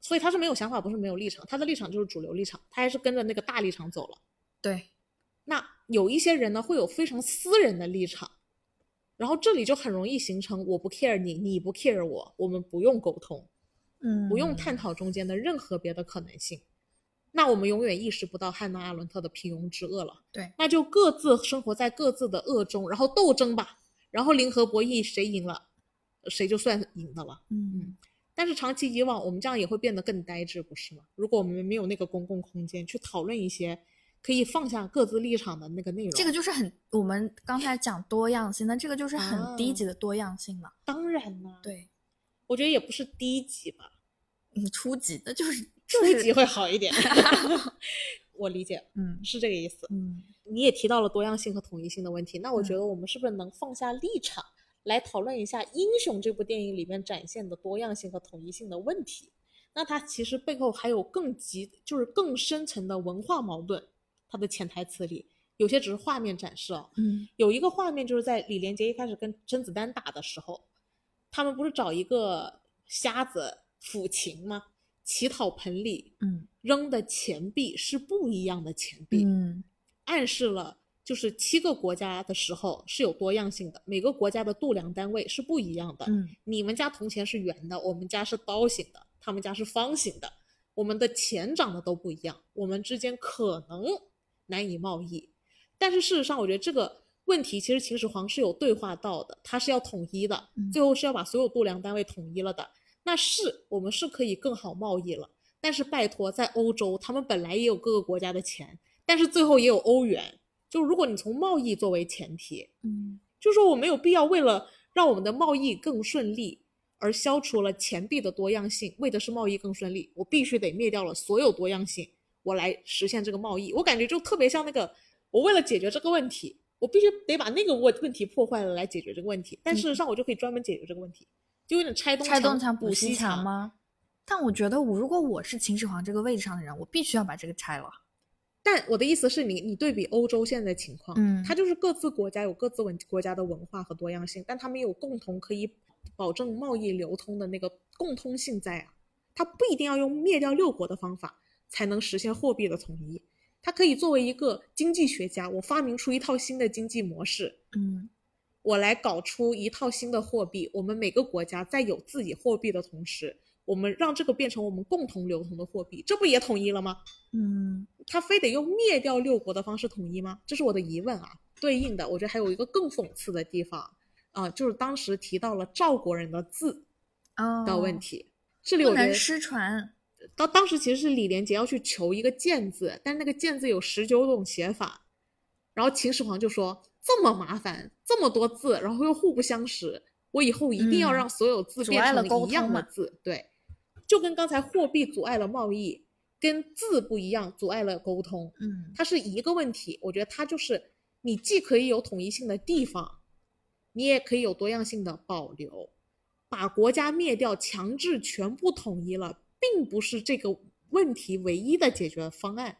[SPEAKER 1] 所以他是没有想法，不是没有立场，他的立场就是主流立场，他还是跟着那个大立场走了。
[SPEAKER 2] 对，
[SPEAKER 1] 那有一些人呢，会有非常私人的立场，然后这里就很容易形成我不 care 你，你不 care 我，我们不用沟通，
[SPEAKER 2] 嗯，
[SPEAKER 1] 不用探讨中间的任何别的可能性。那我们永远意识不到汉娜·阿伦特的平庸之恶了。
[SPEAKER 2] 对，
[SPEAKER 1] 那就各自生活在各自的恶中，然后斗争吧，然后零和博弈，谁赢了，谁就算赢的了。
[SPEAKER 2] 嗯，
[SPEAKER 1] 但是长期以往，我们这样也会变得更呆滞，不是吗？如果我们没有那个公共空间去讨论一些可以放下各自立场的那个内容，
[SPEAKER 2] 这个就是很我们刚才讲多样性，那这个就是很
[SPEAKER 1] 啊
[SPEAKER 2] 低级的多样性了。
[SPEAKER 1] 当然啦，
[SPEAKER 2] 对，
[SPEAKER 1] 我觉得也不是低级吧，
[SPEAKER 2] 嗯，初级的就是
[SPEAKER 1] 初
[SPEAKER 2] 就是
[SPEAKER 1] 级会好一点。 我理解
[SPEAKER 2] 嗯
[SPEAKER 1] 是这个意思。
[SPEAKER 2] 嗯，
[SPEAKER 1] 你也提到了多样性和统一性的问题，那我
[SPEAKER 2] 嗯
[SPEAKER 1] 觉得我们是不是能放下立场，来讨论一下《英雄》这部电影里面展现的多样性和统一性的问题？那它其实背后还有更极，就是更深层的文化矛盾。它的潜台词里有些只是画面展示啊，
[SPEAKER 2] 嗯
[SPEAKER 1] 有一个画面就是在李连杰一开始跟甄子丹打的时候，他们不是找一个瞎子抚琴吗？乞讨盆里
[SPEAKER 2] 嗯
[SPEAKER 1] 扔的钱币是不一样的钱币，
[SPEAKER 2] 嗯
[SPEAKER 1] 暗示了就是七个国家的时候是有多样性的，每个国家的度量单位是不一样的。
[SPEAKER 2] 嗯
[SPEAKER 1] 你们家铜钱是圆的，我们家是刀形的，他们家是方形的，我们的钱长得都不一样，我们之间可能难以贸易。但是事实上，我觉得这个问题其实秦始皇是有对话到的，他是要统一的
[SPEAKER 2] 嗯，
[SPEAKER 1] 最后是要把所有度量单位统一了的。那是我们是可以更好贸易了，但是拜托，在欧洲，他们本来也有各个国家的钱，但是最后也有欧元。就如果你从贸易作为前提，
[SPEAKER 2] 嗯
[SPEAKER 1] 就说我没有必要为了让我们的贸易更顺利而消除了钱币的多样性，为的是贸易更顺利，我必须得灭掉了所有多样性，我来实现这个贸易。我感觉就特别像那个，我为了解决这个问题，我必须得把那个问问题破坏了来解决这个问题，但事实上我就可以专门解决这个问题，就有点拆东
[SPEAKER 2] 嗯拆东
[SPEAKER 1] 墙
[SPEAKER 2] 墙补
[SPEAKER 1] 西
[SPEAKER 2] 西墙？吗？但我觉得我如果我是秦始皇这个位置上的人，我必须要把这个拆了。
[SPEAKER 1] 但我的意思是你，你对比欧洲现在的情况，
[SPEAKER 2] 嗯
[SPEAKER 1] 它就是各自国家有各自文国家的文化和多样性，但他们有共同可以保证贸易流通的那个共通性在啊。它不一定要用灭掉六国的方法才能实现货币的统一，它可以作为一个经济学家，我发明出一套新的经济模式，
[SPEAKER 2] 嗯
[SPEAKER 1] 我来搞出一套新的货币。我们每个国家在有自己货币的同时，我们让这个变成我们共同流通的货币，这不也统一了吗？
[SPEAKER 2] 嗯
[SPEAKER 1] 他非得用灭掉六国的方式统一吗？这是我的疑问啊。对应的，我觉得还有一个更讽刺的地方啊、就是当时提到了赵国人的字
[SPEAKER 2] 哦
[SPEAKER 1] 的问，题。这里
[SPEAKER 2] 不
[SPEAKER 1] 我觉
[SPEAKER 2] 能
[SPEAKER 1] 得
[SPEAKER 2] 失传。
[SPEAKER 1] 到当时其实是李连杰要去求一个“剑”字，但是那个“剑”字有十九种写法，然后秦始皇就说这么麻烦，这么多字，然后又互不相识，我以后一定要
[SPEAKER 2] 嗯
[SPEAKER 1] 让所有字
[SPEAKER 2] 阻
[SPEAKER 1] 变
[SPEAKER 2] 碍了
[SPEAKER 1] 成
[SPEAKER 2] 沟
[SPEAKER 1] 一样
[SPEAKER 2] 通
[SPEAKER 1] 的
[SPEAKER 2] 嘛
[SPEAKER 1] 字。对，就跟刚才货币阻碍了贸易，跟字不一样，阻碍了沟通。
[SPEAKER 2] 嗯
[SPEAKER 1] 它是一个问题。我觉得它就是你既可以有统一性的地方，你也可以有多样性的保留。把国家灭掉，强制全部统一了，并不是这个问题唯一的解决方案。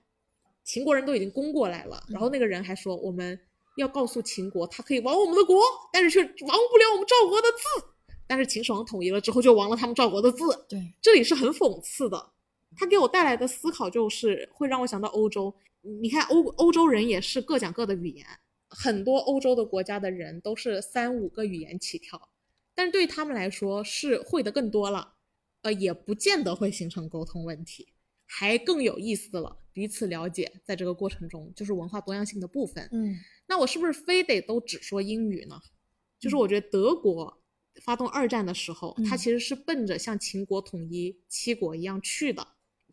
[SPEAKER 1] 秦国人都已经攻过来了，然后那个人还说我们要告诉秦国，他可以亡我们的国，但是却亡不了我们赵国的字。但是秦始皇统一了之后，就亡了他们赵国的字。
[SPEAKER 2] 对，
[SPEAKER 1] 这里是很讽刺的。它给我带来的思考就是会让我想到欧洲。你看欧欧洲人也是各讲各的语言，很多欧洲的国家的人都是三五个语言起跳，但是对于他们来说是会的更多了，呃，也不见得会形成沟通问题，还更有意思了，彼此了解，在这个过程中就是文化多样性的部分。
[SPEAKER 2] 嗯
[SPEAKER 1] 那我是不是非得都只说英语呢？就是我觉得德国发动二战的时候，它
[SPEAKER 2] 嗯
[SPEAKER 1] 其实是奔着像秦国统一七国一样去的。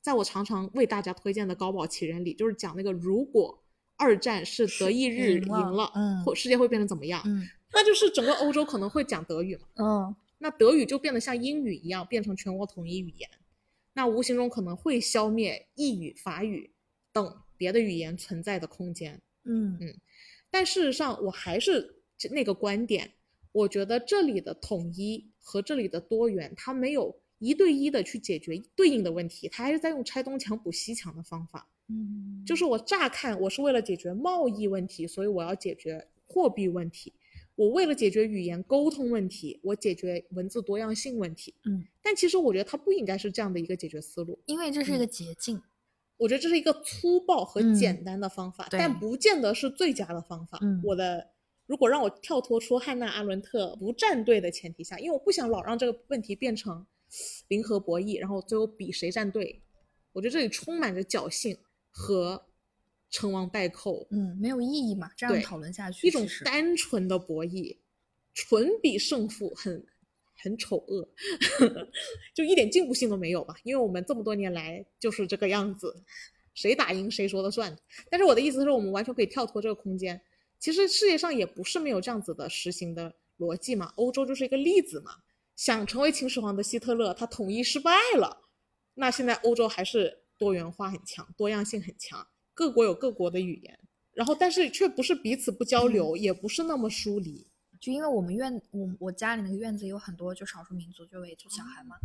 [SPEAKER 1] 在我常常为大家推荐的《高保奇人》里，就是讲那个如果二战是
[SPEAKER 2] 是
[SPEAKER 1] 德意日
[SPEAKER 2] 赢
[SPEAKER 1] 赢
[SPEAKER 2] 了
[SPEAKER 1] 了，
[SPEAKER 2] 嗯
[SPEAKER 1] 或世界会变成怎么样？
[SPEAKER 2] 嗯
[SPEAKER 1] 那就是整个欧洲可能会讲德语嘛。
[SPEAKER 2] 嗯
[SPEAKER 1] 那德语就变得像英语一样，变成全国统一语言，那无形中可能会消灭意语、法语等别的语言存在的空间。
[SPEAKER 2] 嗯
[SPEAKER 1] 但事实上，我还是这那个观点，我觉得这里的统一和这里的多元，它没有一对一的去解决对应的问题，它还是在用拆东墙补西墙的方法。
[SPEAKER 2] 嗯，
[SPEAKER 1] 就是我乍看我是为了解决贸易问题，所以我要解决货币问题；我为了解决语言沟通问题，我解决文字多样性问题。
[SPEAKER 2] 嗯，
[SPEAKER 1] 但其实我觉得它不应该是这样的一个解决思路。
[SPEAKER 2] 因为这
[SPEAKER 1] 嗯
[SPEAKER 2] 是一个捷径。
[SPEAKER 1] 我觉得这是一个粗暴和
[SPEAKER 2] 嗯
[SPEAKER 1] 简单的方法，
[SPEAKER 2] 对
[SPEAKER 1] 但不见得是最佳的方法。
[SPEAKER 2] 嗯
[SPEAKER 1] 我的如果让我跳脱出汉娜·阿伦特不站队的前提下，因为我不想老让这个问题变成零和博弈，然后最后比谁站队，我觉得这里充满着侥幸和成王败寇，
[SPEAKER 2] 嗯，没有意义嘛，这样
[SPEAKER 1] 对
[SPEAKER 2] 讨论下去，
[SPEAKER 1] 一种
[SPEAKER 2] 其实
[SPEAKER 1] 单纯的博弈，纯比胜负很很丑恶， 就一点进步性都没有吧？因为我们这么多年来就是这个样子，谁打赢谁说了算。但是我的意思是我们完全可以跳脱这个空间。其实世界上也不是没有这样子的实行的逻辑嘛，欧洲就是一个例子嘛。想成为秦始皇的希特勒，他统一失败了。那现在欧洲还是多元化很强，多样性很强，各国有各国的语言，然后但是却不是彼此不交流，也不是那么疏离。
[SPEAKER 2] 就因为我们院我我家里那个院子有很多就少数民族就
[SPEAKER 1] 哦
[SPEAKER 2] 维族小孩嘛，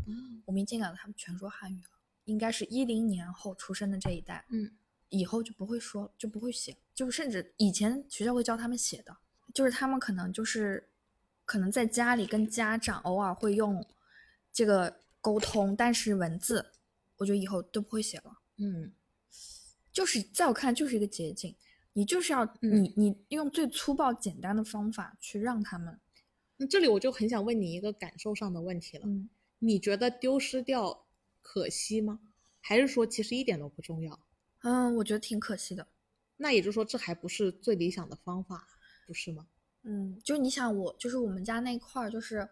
[SPEAKER 2] 我们一进来他们全说汉语了，应该是一零年后出生的这一代，
[SPEAKER 1] 嗯，
[SPEAKER 2] 以后就不会说就不会写，就甚至以前学校会教他们写的，就是他们可能就是可能在家里跟家长偶尔会用这个沟通，但是文字我觉得以后都不会写了。
[SPEAKER 1] 嗯，
[SPEAKER 2] 就是在我看来就是一个捷径，你就是要、
[SPEAKER 1] 嗯
[SPEAKER 2] 你你用最粗暴简单的方法去让他们，
[SPEAKER 1] 那这里我就很想问你一个感受上的问题了，
[SPEAKER 2] 嗯，
[SPEAKER 1] 你觉得丢失掉可惜吗？还是说其实一点都不重要？
[SPEAKER 2] 嗯，我觉得挺可惜的。
[SPEAKER 1] 那也就是说这还不是最理想的方法，不是吗？
[SPEAKER 2] 嗯，就你想我，就是我们家那块儿，就是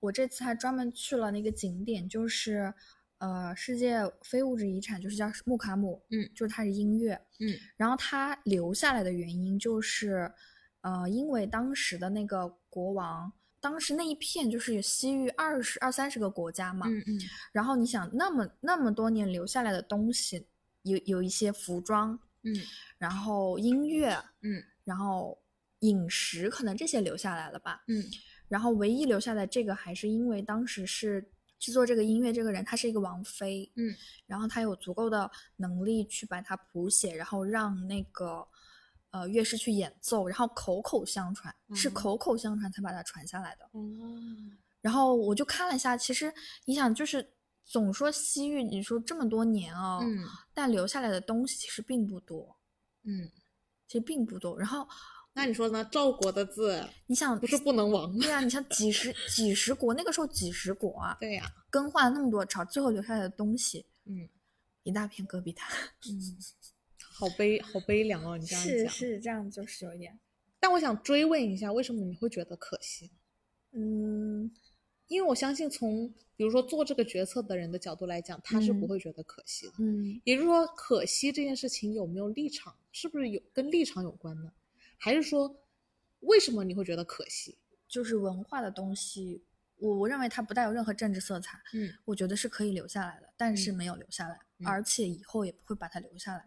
[SPEAKER 2] 我这次还专门去了那个景点，就是呃世界非物质遗产，就是叫木卡姆，
[SPEAKER 1] 嗯
[SPEAKER 2] 就是它是音乐，
[SPEAKER 1] 嗯
[SPEAKER 2] 然后它留下来的原因就是，呃，因为当时的那个国王，当时那一片就是有西域二十二三十个国家嘛，
[SPEAKER 1] 嗯嗯
[SPEAKER 2] 然后你想那么那么多年留下来的东西，有有一些服装，
[SPEAKER 1] 嗯
[SPEAKER 2] 然后音乐，
[SPEAKER 1] 嗯
[SPEAKER 2] 然后饮食，可能这些留下来了吧。
[SPEAKER 1] 嗯
[SPEAKER 2] 然后唯一留下来这个，还是因为当时是制作这个音乐这个人，他是一个王妃，
[SPEAKER 1] 嗯，
[SPEAKER 2] 然后他有足够的能力去把它谱写，然后让那个呃乐师去演奏，然后口口相传，是
[SPEAKER 1] 哦
[SPEAKER 2] 口口相传才把它传下来的。
[SPEAKER 1] 嗯，
[SPEAKER 2] 然后我就看了一下，其实你想，就是总说西域，你说这么多年啊、
[SPEAKER 1] 哦，嗯
[SPEAKER 2] 但留下来的东西其实并不多，
[SPEAKER 1] 嗯，
[SPEAKER 2] 其实并不多。然后
[SPEAKER 1] 那你说呢？赵国的字
[SPEAKER 2] 你想，
[SPEAKER 1] 不是不能亡吗？
[SPEAKER 2] 对啊，你像几十几十国，那个时候几十国啊，
[SPEAKER 1] 对呀、
[SPEAKER 2] 更换了那么多朝，最后留下来的东西
[SPEAKER 1] 嗯
[SPEAKER 2] 一大片戈壁滩。
[SPEAKER 1] 嗯，好悲好悲凉哦，你这样讲。
[SPEAKER 2] 是，这样就是有一点，
[SPEAKER 1] 但我想追问一下，为什么你会觉得可惜？
[SPEAKER 2] 嗯，
[SPEAKER 1] 因为我相信从，比如说做这个决策的人的角度来讲，他是
[SPEAKER 2] 嗯
[SPEAKER 1] 不会觉得可惜的。
[SPEAKER 2] 嗯，
[SPEAKER 1] 也就是说，可惜这件事情有没有立场，是不是有跟立场有关呢？还是说，为什么你会觉得可惜？
[SPEAKER 2] 就是文化的东西，我我认为它不带有任何政治色彩，
[SPEAKER 1] 嗯
[SPEAKER 2] 我觉得是可以留下来的，但是
[SPEAKER 1] 嗯
[SPEAKER 2] 没有留下来，
[SPEAKER 1] 嗯
[SPEAKER 2] 而且以后也不会把它留下来。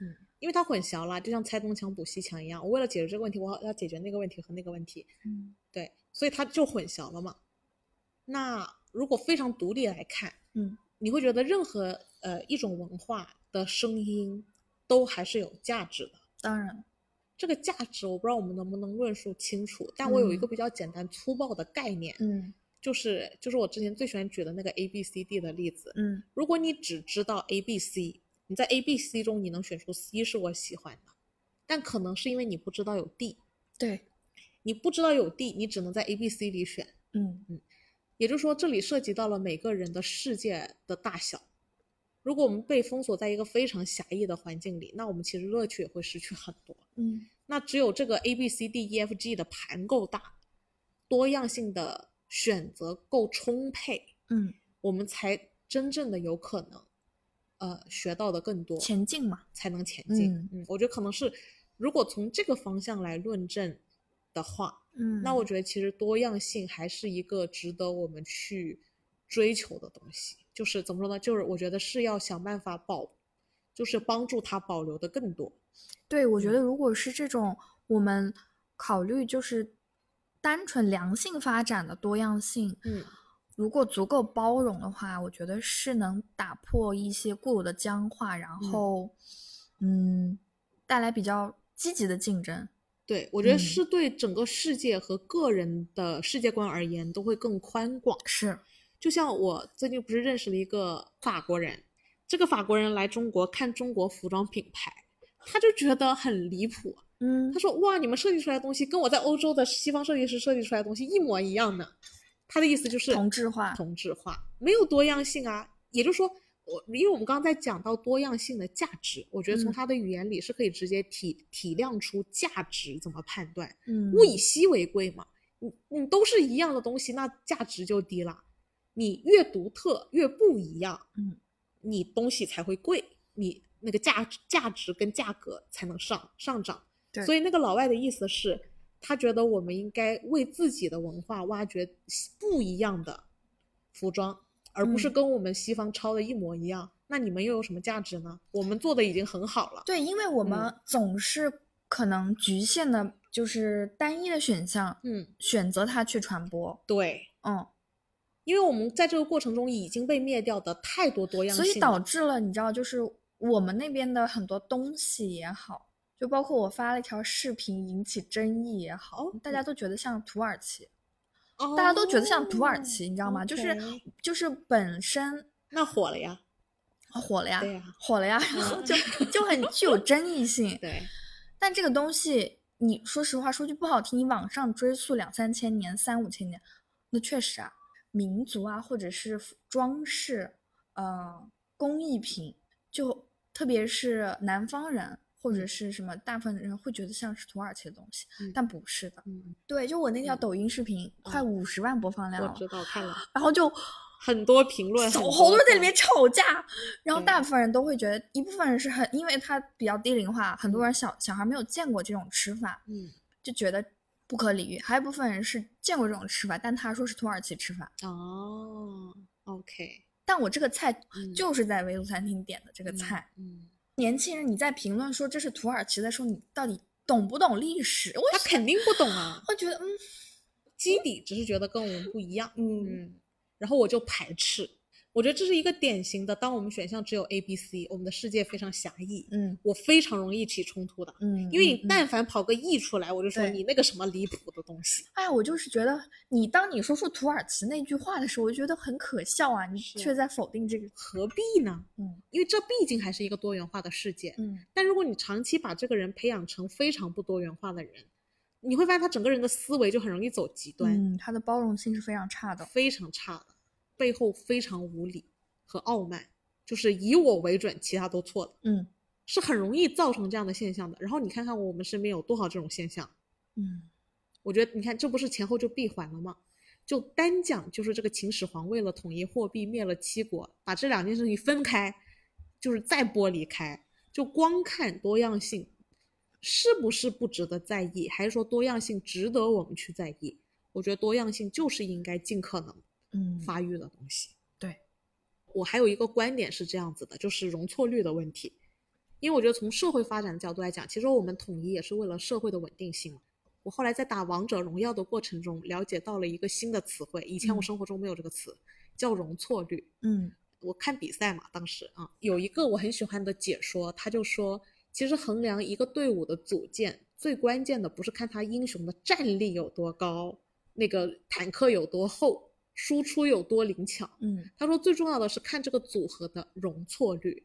[SPEAKER 1] 嗯，因为它混淆了，就像拆东墙补西墙一样。我为了解决这个问题，我要解决那个问题和那个问题，
[SPEAKER 2] 嗯
[SPEAKER 1] 对，所以它就混淆了嘛。那如果非常独立来看，
[SPEAKER 2] 嗯
[SPEAKER 1] 你会觉得任何呃一种文化的声音都还是有价值的。
[SPEAKER 2] 当然，
[SPEAKER 1] 这个价值我不知道我们能不能论述清楚，但我有一
[SPEAKER 2] 嗯
[SPEAKER 1] 个比较简单粗暴的概念，
[SPEAKER 2] 嗯
[SPEAKER 1] 就是就是我之前最喜欢举的那个 A B C D 的例子。
[SPEAKER 2] 嗯
[SPEAKER 1] 如果你只知道 A B C，你在 A B C 中你能选出 C 是我喜欢的，但可能是因为你不知道有 D，
[SPEAKER 2] 对，
[SPEAKER 1] 你不知道有 D，你只能在 A B C 里选。
[SPEAKER 2] 嗯
[SPEAKER 1] 也就是说，这里涉及到了每个人的世界的大小。如果我们被封锁在一个非常狭义的环境里，那我们其实乐趣也会失去很多。
[SPEAKER 2] 嗯
[SPEAKER 1] 那只有这个 A、B、C、D、E、F、G 的盘够大，多样性的选择够充沛，
[SPEAKER 2] 嗯，
[SPEAKER 1] 我们才真正的有可能，呃，学到的更多，
[SPEAKER 2] 前进嘛，
[SPEAKER 1] 才能前进。
[SPEAKER 2] 嗯
[SPEAKER 1] 嗯，我觉得可能是，如果从这个方向来论证的话，
[SPEAKER 2] 嗯
[SPEAKER 1] 那我觉得其实多样性还是一个值得我们去追求的东西。就是怎么说呢？就是我觉得是要想办法保，就是帮助它保留的更多。
[SPEAKER 2] 对，我觉
[SPEAKER 1] 嗯
[SPEAKER 2] 得如果是这种，我们考虑就是单纯良性发展的多样性，
[SPEAKER 1] 嗯，
[SPEAKER 2] 如果足够包容的话，我觉得是能打破一些固有的僵化，然
[SPEAKER 1] 嗯
[SPEAKER 2] 后嗯带来比较积极的竞争。
[SPEAKER 1] 对，我觉得
[SPEAKER 2] 嗯
[SPEAKER 1] 是对整个世界和个人的世界观而言都会更宽广。
[SPEAKER 2] 是，
[SPEAKER 1] 就像我最近不是认识了一个法国人，这个法国人来中国看中国服装品牌，他就觉得很离谱。
[SPEAKER 2] 嗯
[SPEAKER 1] 他说：“哇，你们设计出来的东西跟我在欧洲的西方设计师设计出来的东西一模一样呢。”他的意思就是
[SPEAKER 2] 同质化
[SPEAKER 1] 同质化没有多样性啊。也就是说，我因为我们刚刚在讲到多样性的价值，我觉得从
[SPEAKER 2] 嗯
[SPEAKER 1] 他的语言里是可以直接体体谅出价值怎么判断。
[SPEAKER 2] 嗯
[SPEAKER 1] 物以稀为贵嘛，你你都是一样的东西，那价值就低了。你越独特越不一样，
[SPEAKER 2] 嗯，
[SPEAKER 1] 你东西才会贵，你那个价值价值跟价格才能上上涨。
[SPEAKER 2] 对
[SPEAKER 1] 所以那个老外的意思是，他觉得我们应该为自己的文化挖掘不一样的服装，而不是
[SPEAKER 2] 嗯
[SPEAKER 1] 跟我们西方抄的一模一样。那你们又有什么价值呢？我们做的已经很好了。
[SPEAKER 2] 对，因为我们
[SPEAKER 1] 嗯
[SPEAKER 2] 总是可能局限的，就是单一的选项，
[SPEAKER 1] 嗯，
[SPEAKER 2] 选择它去传播。
[SPEAKER 1] 对。
[SPEAKER 2] 嗯，
[SPEAKER 1] 因为我们在这个过程中已经被灭掉的太多多样性
[SPEAKER 2] 所
[SPEAKER 1] 了，
[SPEAKER 2] 以导致了你知道，就是我们那边的很多东西也好，就包括我发了一条视频引起争议也好，
[SPEAKER 1] 哦
[SPEAKER 2] 大家都觉得像土耳其，
[SPEAKER 1] 哦
[SPEAKER 2] 大家都觉得像土耳其，你知道吗？就是
[SPEAKER 1] ，OK
[SPEAKER 2] 就是本身
[SPEAKER 1] 那火了呀，
[SPEAKER 2] 火了呀，
[SPEAKER 1] 对 呀
[SPEAKER 2] 火了呀，然后
[SPEAKER 1] 嗯
[SPEAKER 2] 就就很具有争 议性。
[SPEAKER 1] 对，
[SPEAKER 2] 但这个东西，你说实话，说句不好听，你往上追溯两三千年、三五千年，那确实啊，民族啊，或者是服装饰，呃，工艺品，就特别是南方人或者是什么大部分人会觉得像是土耳其的东西，
[SPEAKER 1] 嗯
[SPEAKER 2] 但不是的。
[SPEAKER 1] 嗯，
[SPEAKER 2] 对，就我那条
[SPEAKER 1] 嗯
[SPEAKER 2] 抖音视频，快五十万播放量
[SPEAKER 1] 我
[SPEAKER 2] 了，
[SPEAKER 1] 知道看了
[SPEAKER 2] 然后就
[SPEAKER 1] 很多评 论，
[SPEAKER 2] 好
[SPEAKER 1] 很
[SPEAKER 2] 好多人在里
[SPEAKER 1] 的
[SPEAKER 2] 面吵架，然后
[SPEAKER 1] 对
[SPEAKER 2] 大部分人都会觉得，一部分人是很，因为它比较低龄化，很多人小小孩没有见过这种吃法，
[SPEAKER 1] 嗯
[SPEAKER 2] 就觉得不可理喻；还有一部分人是见过这种吃法，但他说是土耳其吃法，
[SPEAKER 1] 哦，OK，
[SPEAKER 2] 但我这个菜
[SPEAKER 1] 嗯
[SPEAKER 2] 就是在维族餐厅点的这个
[SPEAKER 1] 嗯
[SPEAKER 2] 菜。
[SPEAKER 1] 嗯，
[SPEAKER 2] 年轻人，你在评论说这是土耳其的时候，你到底懂不懂历史？我
[SPEAKER 1] 他肯定不懂啊，
[SPEAKER 2] 我觉得，嗯
[SPEAKER 1] 基底只是觉得跟我们不一样，
[SPEAKER 2] 嗯，
[SPEAKER 1] 嗯，然后我就排斥，我觉得这是一个典型的，当我们选项只有 A、B、C，我们的世界非常狭义，
[SPEAKER 2] 嗯
[SPEAKER 1] 我非常容易起冲突的。
[SPEAKER 2] 嗯，
[SPEAKER 1] 因为你
[SPEAKER 2] 嗯嗯
[SPEAKER 1] 但凡跑个亿出来，我就说
[SPEAKER 2] 对
[SPEAKER 1] 你那个什么离谱的东西。
[SPEAKER 2] 哎，我就是觉得你当你说出土耳其那句话的时候，我就觉得很可笑啊！你
[SPEAKER 1] 是
[SPEAKER 2] 却在否定这个，
[SPEAKER 1] 何必呢？
[SPEAKER 2] 嗯
[SPEAKER 1] 因为这毕竟还是一个多元化的世界。
[SPEAKER 2] 嗯
[SPEAKER 1] 但如果你长期把这个人培养成非常不多元化的人，你会发现他整个人的思维就很容易走极端，
[SPEAKER 2] 嗯，它的包容性是非常差的。
[SPEAKER 1] 非常差的，背后非常无理和傲慢，就是以我为准，其他都错的，
[SPEAKER 2] 嗯
[SPEAKER 1] 是很容易造成这样的现象的。然后你看看我们身边有多少这种现象，
[SPEAKER 2] 嗯
[SPEAKER 1] 我觉得你看这不是前后就闭环了吗？就单讲就是这个秦始皇为了统一货币灭了七国，把这两件事情分开，就是再剥离开，就光看多样性是不是不值得在意，还是说多样性值得我们去在意？我觉得多样性就是应该尽可能
[SPEAKER 2] 嗯
[SPEAKER 1] 发育的东西。
[SPEAKER 2] 对，
[SPEAKER 1] 我还有一个观点是这样子的，就是容错率的问题。因为我觉得从社会发展的角度来讲，其实我们统一也是为了社会的稳定性嘛。我后来在打王者荣耀的过程中，了解到了一个新的词汇，以前我
[SPEAKER 2] 嗯
[SPEAKER 1] 生活中没有这个词，叫容错率。
[SPEAKER 2] 嗯
[SPEAKER 1] 我看比赛嘛，当时啊，有一个我很喜欢的解说，他就说，其实衡量一个队伍的组建，最关键的不是看他英雄的战力有多高，那个坦克有多厚，输出有多灵巧。
[SPEAKER 2] 嗯
[SPEAKER 1] 他说最重要的是看这个组合的容错率。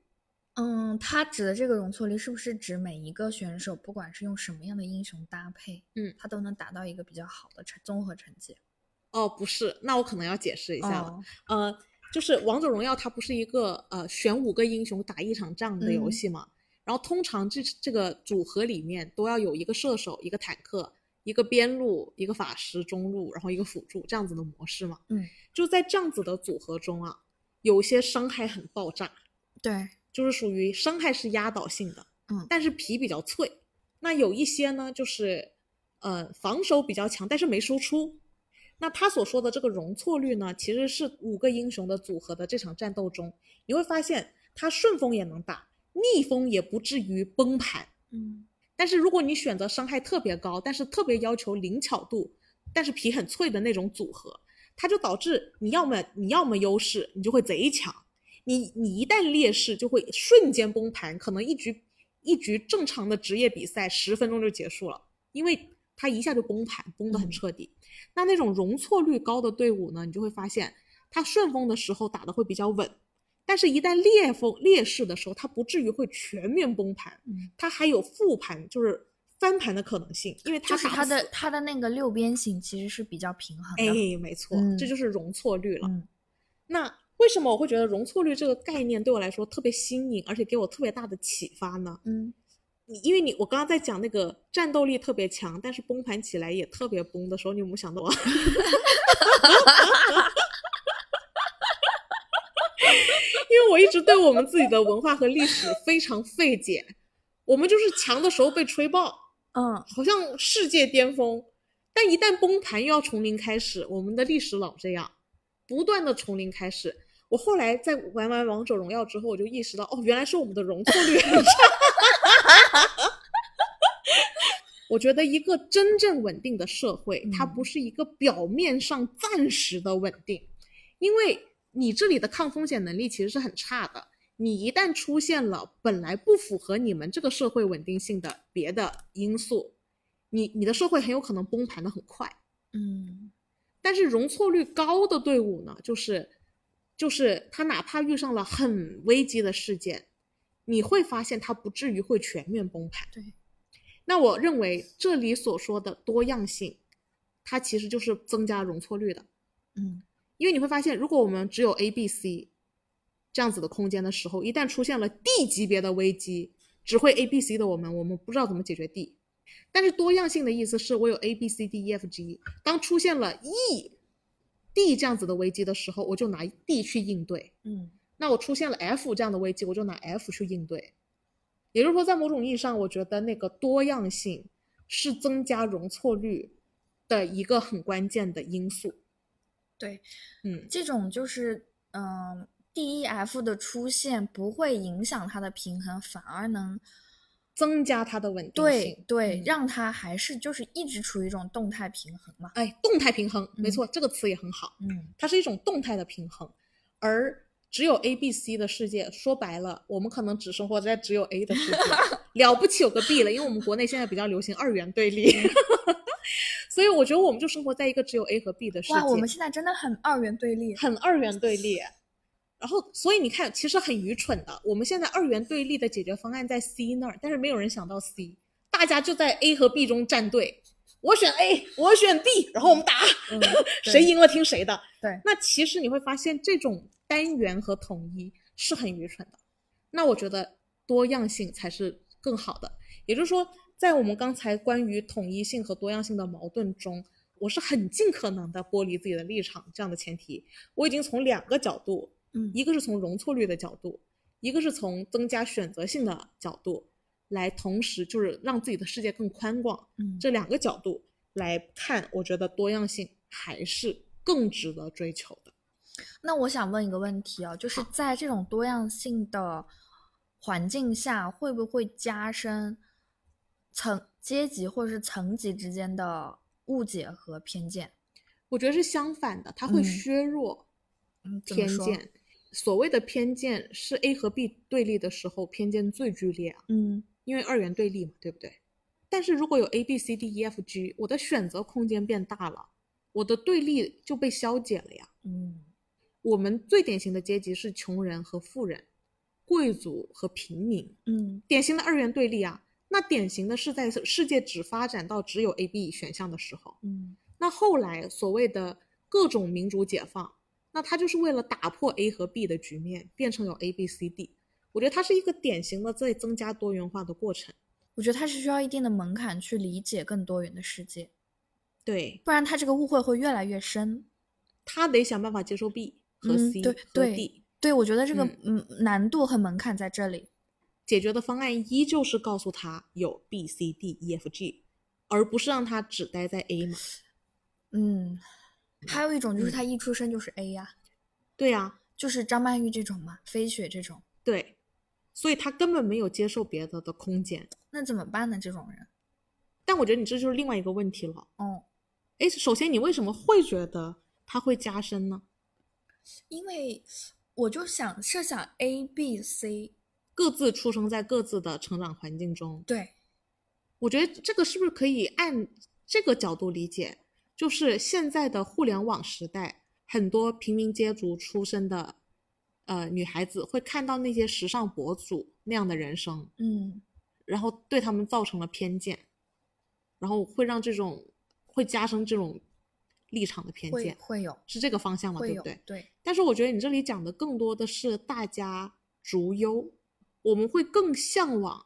[SPEAKER 2] 嗯，它指的这个容错率是不是指每一个选手，不管是用什么样的英雄搭配，
[SPEAKER 1] 嗯，
[SPEAKER 2] 他都能达到一个比较好的成综合成绩？
[SPEAKER 1] 哦，不是，那我可能要解释一下了。
[SPEAKER 2] 哦，
[SPEAKER 1] 呃，就是王者荣耀它不是一个呃选五个英雄打一场仗的游
[SPEAKER 2] 嗯
[SPEAKER 1] 戏嘛，然后通常这这个组合里面都要有一个射手、一个坦克、一个边路、一个法师中路，然后一个辅助这样子的模式嘛。
[SPEAKER 2] 嗯，
[SPEAKER 1] 就在这样子的组合中啊，有些伤害很爆炸，
[SPEAKER 2] 对，
[SPEAKER 1] 就是属于伤害是压倒性的，
[SPEAKER 2] 嗯
[SPEAKER 1] 但是皮比较脆。那有一些呢，就是呃防守比较强，但是没输出。那他所说的这个容错率呢，其实是五个英雄的组合的这场战斗中，你会发现他顺风也能打，逆风也不至于崩盘。
[SPEAKER 2] 嗯
[SPEAKER 1] 但是如果你选择伤害特别高，但是特别要求灵巧度，但是皮很脆的那种组合，它就导致你要么你要么优势，你就会贼强；你你一旦劣势，就会瞬间崩盘，可能一局一局正常的职业比赛十分钟就结束了，因为它一下就崩盘，崩得很
[SPEAKER 2] 嗯
[SPEAKER 1] 彻底。那那种容错率高的队伍呢，你就会发现它顺风的时候打得会比较稳，但是一旦劣风劣势的时候，它不至于会全面崩盘。
[SPEAKER 2] 嗯，
[SPEAKER 1] 它还有复盘，就是翻盘的可能性，因为它
[SPEAKER 2] 就是
[SPEAKER 1] 打
[SPEAKER 2] 它
[SPEAKER 1] 不
[SPEAKER 2] 的
[SPEAKER 1] 死
[SPEAKER 2] 它的那个六边形其实是比较平衡的。
[SPEAKER 1] 哎哎，没错，
[SPEAKER 2] 嗯
[SPEAKER 1] 这就是容错率了。
[SPEAKER 2] 嗯
[SPEAKER 1] 那为什么我会觉得容错率这个概念对我来说特别新颖，而且给我特别大的启发呢？
[SPEAKER 2] 嗯
[SPEAKER 1] 你因为你我刚刚在讲那个战斗力特别强，但是崩盘起来也特别崩的时候，你有没有想到我？啊 因为我一直对我们自己的文化和历史非常费解，我们就是强的时候被吹爆，
[SPEAKER 2] 嗯，
[SPEAKER 1] 好像世界巅峰，但一旦崩盘又要从零开始，我们的历史老这样，不断的从零开始。我后来在玩完王者荣耀之后，我就意识到，哦，原来是我们的容错率很差。 我觉得一个真正稳定的社会，它
[SPEAKER 2] 嗯
[SPEAKER 1] 不是一个表面上暂时的稳定，因为你这里的抗风险能力其实是很差的。你一旦出现了本来不符合你们这个社会稳定性的别的因素，你你的社会很有可能崩盘的很快。
[SPEAKER 2] 嗯
[SPEAKER 1] 但是容错率高的队伍呢，就是就是他哪怕遇上了很危机的事件，你会发现他不至于会全面崩盘。
[SPEAKER 2] 对，
[SPEAKER 1] 那我认为这里所说的多样性，它其实就是增加容错率的，
[SPEAKER 2] 嗯
[SPEAKER 1] 因为你会发现，如果我们只有 A、B、C 这样子的空间的时候，一旦出现了 D 级别的危机，只会 A、B、C 的我们，我们不知道怎么解决 D。但是多样性的意思是我有 A、B、C、D、E、F、G，当出现了 E、D 这样子的危机的时候，我就拿 D 去应对。
[SPEAKER 2] 嗯
[SPEAKER 1] 那我出现了 F 这样的危机，我就拿 F 去应对。也就是说，在某种意义上，我觉得那个多样性是增加容错率的一个很关键的因素。
[SPEAKER 2] 对，
[SPEAKER 1] 嗯，
[SPEAKER 2] 这种就是嗯、DEF 的出现不会影响它的平衡，反而能
[SPEAKER 1] 增加它的稳定
[SPEAKER 2] 对
[SPEAKER 1] 性。
[SPEAKER 2] 对、
[SPEAKER 1] 嗯
[SPEAKER 2] 让它还是就是一直处于一种动态平衡嘛。
[SPEAKER 1] 哎，动态平衡，没
[SPEAKER 2] 嗯
[SPEAKER 1] 错，这个词也很好，
[SPEAKER 2] 嗯
[SPEAKER 1] 它是一种动态的平衡，而。只有 A、B、C 的世界，说白了，我们可能只生活在只有 A 的世 界，了不起有个 B 了，因为我们国内现在比较流行二元对立，
[SPEAKER 2] 嗯
[SPEAKER 1] 所以我觉得我们就生活在一个只有 A 和 B 的世界。
[SPEAKER 2] 哇，我们现在真的很二元 对立。
[SPEAKER 1] 很二元对立。然后，所以你看，其实很愚蠢的。我们现在二元对立的解决方案在 C 那儿，但是没有人想到 C，大家就在 A 和 B 中站队。我选 A，我选 B，然后我们打，
[SPEAKER 2] 嗯对
[SPEAKER 1] 谁赢了听谁的。
[SPEAKER 2] 对
[SPEAKER 1] 那其实你会发现，这种单元和统一是很愚蠢的。那我觉得多样性才是更好的。也就是说，在我们刚才关于统一性和多样性的矛盾中，我是很尽可能的剥离自己的立场这样的前提，我已经从两个角度，
[SPEAKER 2] 嗯
[SPEAKER 1] 一个是从容错率的角度，一个是从增加选择性的角度，来同时就是让自己的世界更宽广，
[SPEAKER 2] 嗯
[SPEAKER 1] 这两个角度来看，我觉得多样性还是更值得追求的。
[SPEAKER 2] 那我想问一个问题啊，就是在这种多样性的环境下，会不会加深层阶级或者是层级之间的误解和偏见？
[SPEAKER 1] 我觉得是相反的，它会
[SPEAKER 2] 嗯
[SPEAKER 1] 削弱
[SPEAKER 2] 嗯，怎么
[SPEAKER 1] 偏
[SPEAKER 2] 说
[SPEAKER 1] 见。所谓的偏见是 A 和 B 对立的时候，偏见最剧烈啊，
[SPEAKER 2] 嗯
[SPEAKER 1] 因为二元对立嘛，对不对？但是如果有 A、B、C、D、E、F、G，我的选择空间变大了，我的对立就被消解了呀。
[SPEAKER 2] 嗯
[SPEAKER 1] 我们最典型的阶级是穷人和富人，贵族和平民，
[SPEAKER 2] 嗯
[SPEAKER 1] 典型的二元对立啊。那典型的是在世界只发展到只有 A、B 选项的时候，
[SPEAKER 2] 嗯
[SPEAKER 1] 那后来所谓的各种民主解放，那它就是为了打破 A 和 B 的局面，变成有 A、B、C、D。我觉得它是一个典型的在增加多元化的过程。
[SPEAKER 2] 我觉得它是需要一定的门槛去理解更多元的世界，
[SPEAKER 1] 对，
[SPEAKER 2] 不然它这个误会会越来越深。
[SPEAKER 1] 他得想办法接受 B 和
[SPEAKER 2] 嗯
[SPEAKER 1] C
[SPEAKER 2] 对
[SPEAKER 1] 和
[SPEAKER 2] 对
[SPEAKER 1] D。
[SPEAKER 2] 对，我觉得这个
[SPEAKER 1] 嗯
[SPEAKER 2] 嗯难度和门槛在这里。
[SPEAKER 1] 解决的方案依旧是告诉他有 B、C、D、E、F、G，而不是让他只待在 A 嘛。
[SPEAKER 2] 嗯，还有一种就是
[SPEAKER 1] 嗯
[SPEAKER 2] 他一出生就是 A 呀、
[SPEAKER 1] 对呀，
[SPEAKER 2] 就是张曼玉这种嘛，飞雪这种，
[SPEAKER 1] 对，所以他根本没有接受别的的空间。
[SPEAKER 2] 那怎么办呢？这种人，
[SPEAKER 1] 但我觉得你这就是另外一个问题了。
[SPEAKER 2] 哦，
[SPEAKER 1] 哎，首先你为什么会觉得它会加深呢？
[SPEAKER 2] 因为我就想设想 A、B、C，
[SPEAKER 1] 各自出生在各自的成长环境中，
[SPEAKER 2] 对，
[SPEAKER 1] 我觉得这个是不是可以按这个角度理解？就是现在的互联网时代，很多平民阶族出身的呃女孩子会看到那些时尚博主那样的人生，
[SPEAKER 2] 嗯
[SPEAKER 1] 然后对他们造成了偏见，然后会让这种会加深这种立场的偏
[SPEAKER 2] 会
[SPEAKER 1] 见，
[SPEAKER 2] 会有
[SPEAKER 1] 是这个方向嘛，
[SPEAKER 2] 会
[SPEAKER 1] 对
[SPEAKER 2] 有
[SPEAKER 1] 不对？
[SPEAKER 2] 对
[SPEAKER 1] 但是我觉得你这里讲的更多的是大家逐优，我们会更向往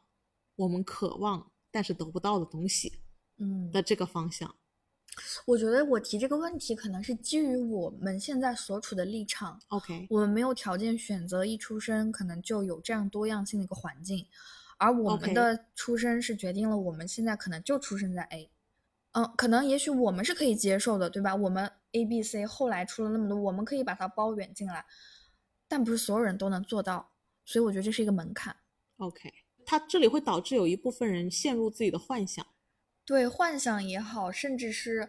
[SPEAKER 1] 我们渴望但是得不到的东西
[SPEAKER 2] 嗯，
[SPEAKER 1] 的这个方向。
[SPEAKER 2] 我觉得我提这个问题可能是基于我们现在所处的立场，
[SPEAKER 1] OK，
[SPEAKER 2] 我们没有条件选择一出生可能就有这样多样性的一个环境，而我们
[SPEAKER 1] OK
[SPEAKER 2] 的出生是决定了我们现在可能就出生在 A，嗯，可能也许我们是可以接受的，对吧？我们 A、B、C 后来出了那么多，我们可以把它包圆进来，但不是所有人都能做到，所以我觉得这是一个门槛。
[SPEAKER 1] OK，它这里会导致有一部分人陷入自己的幻想。
[SPEAKER 2] 对幻想也好，甚至是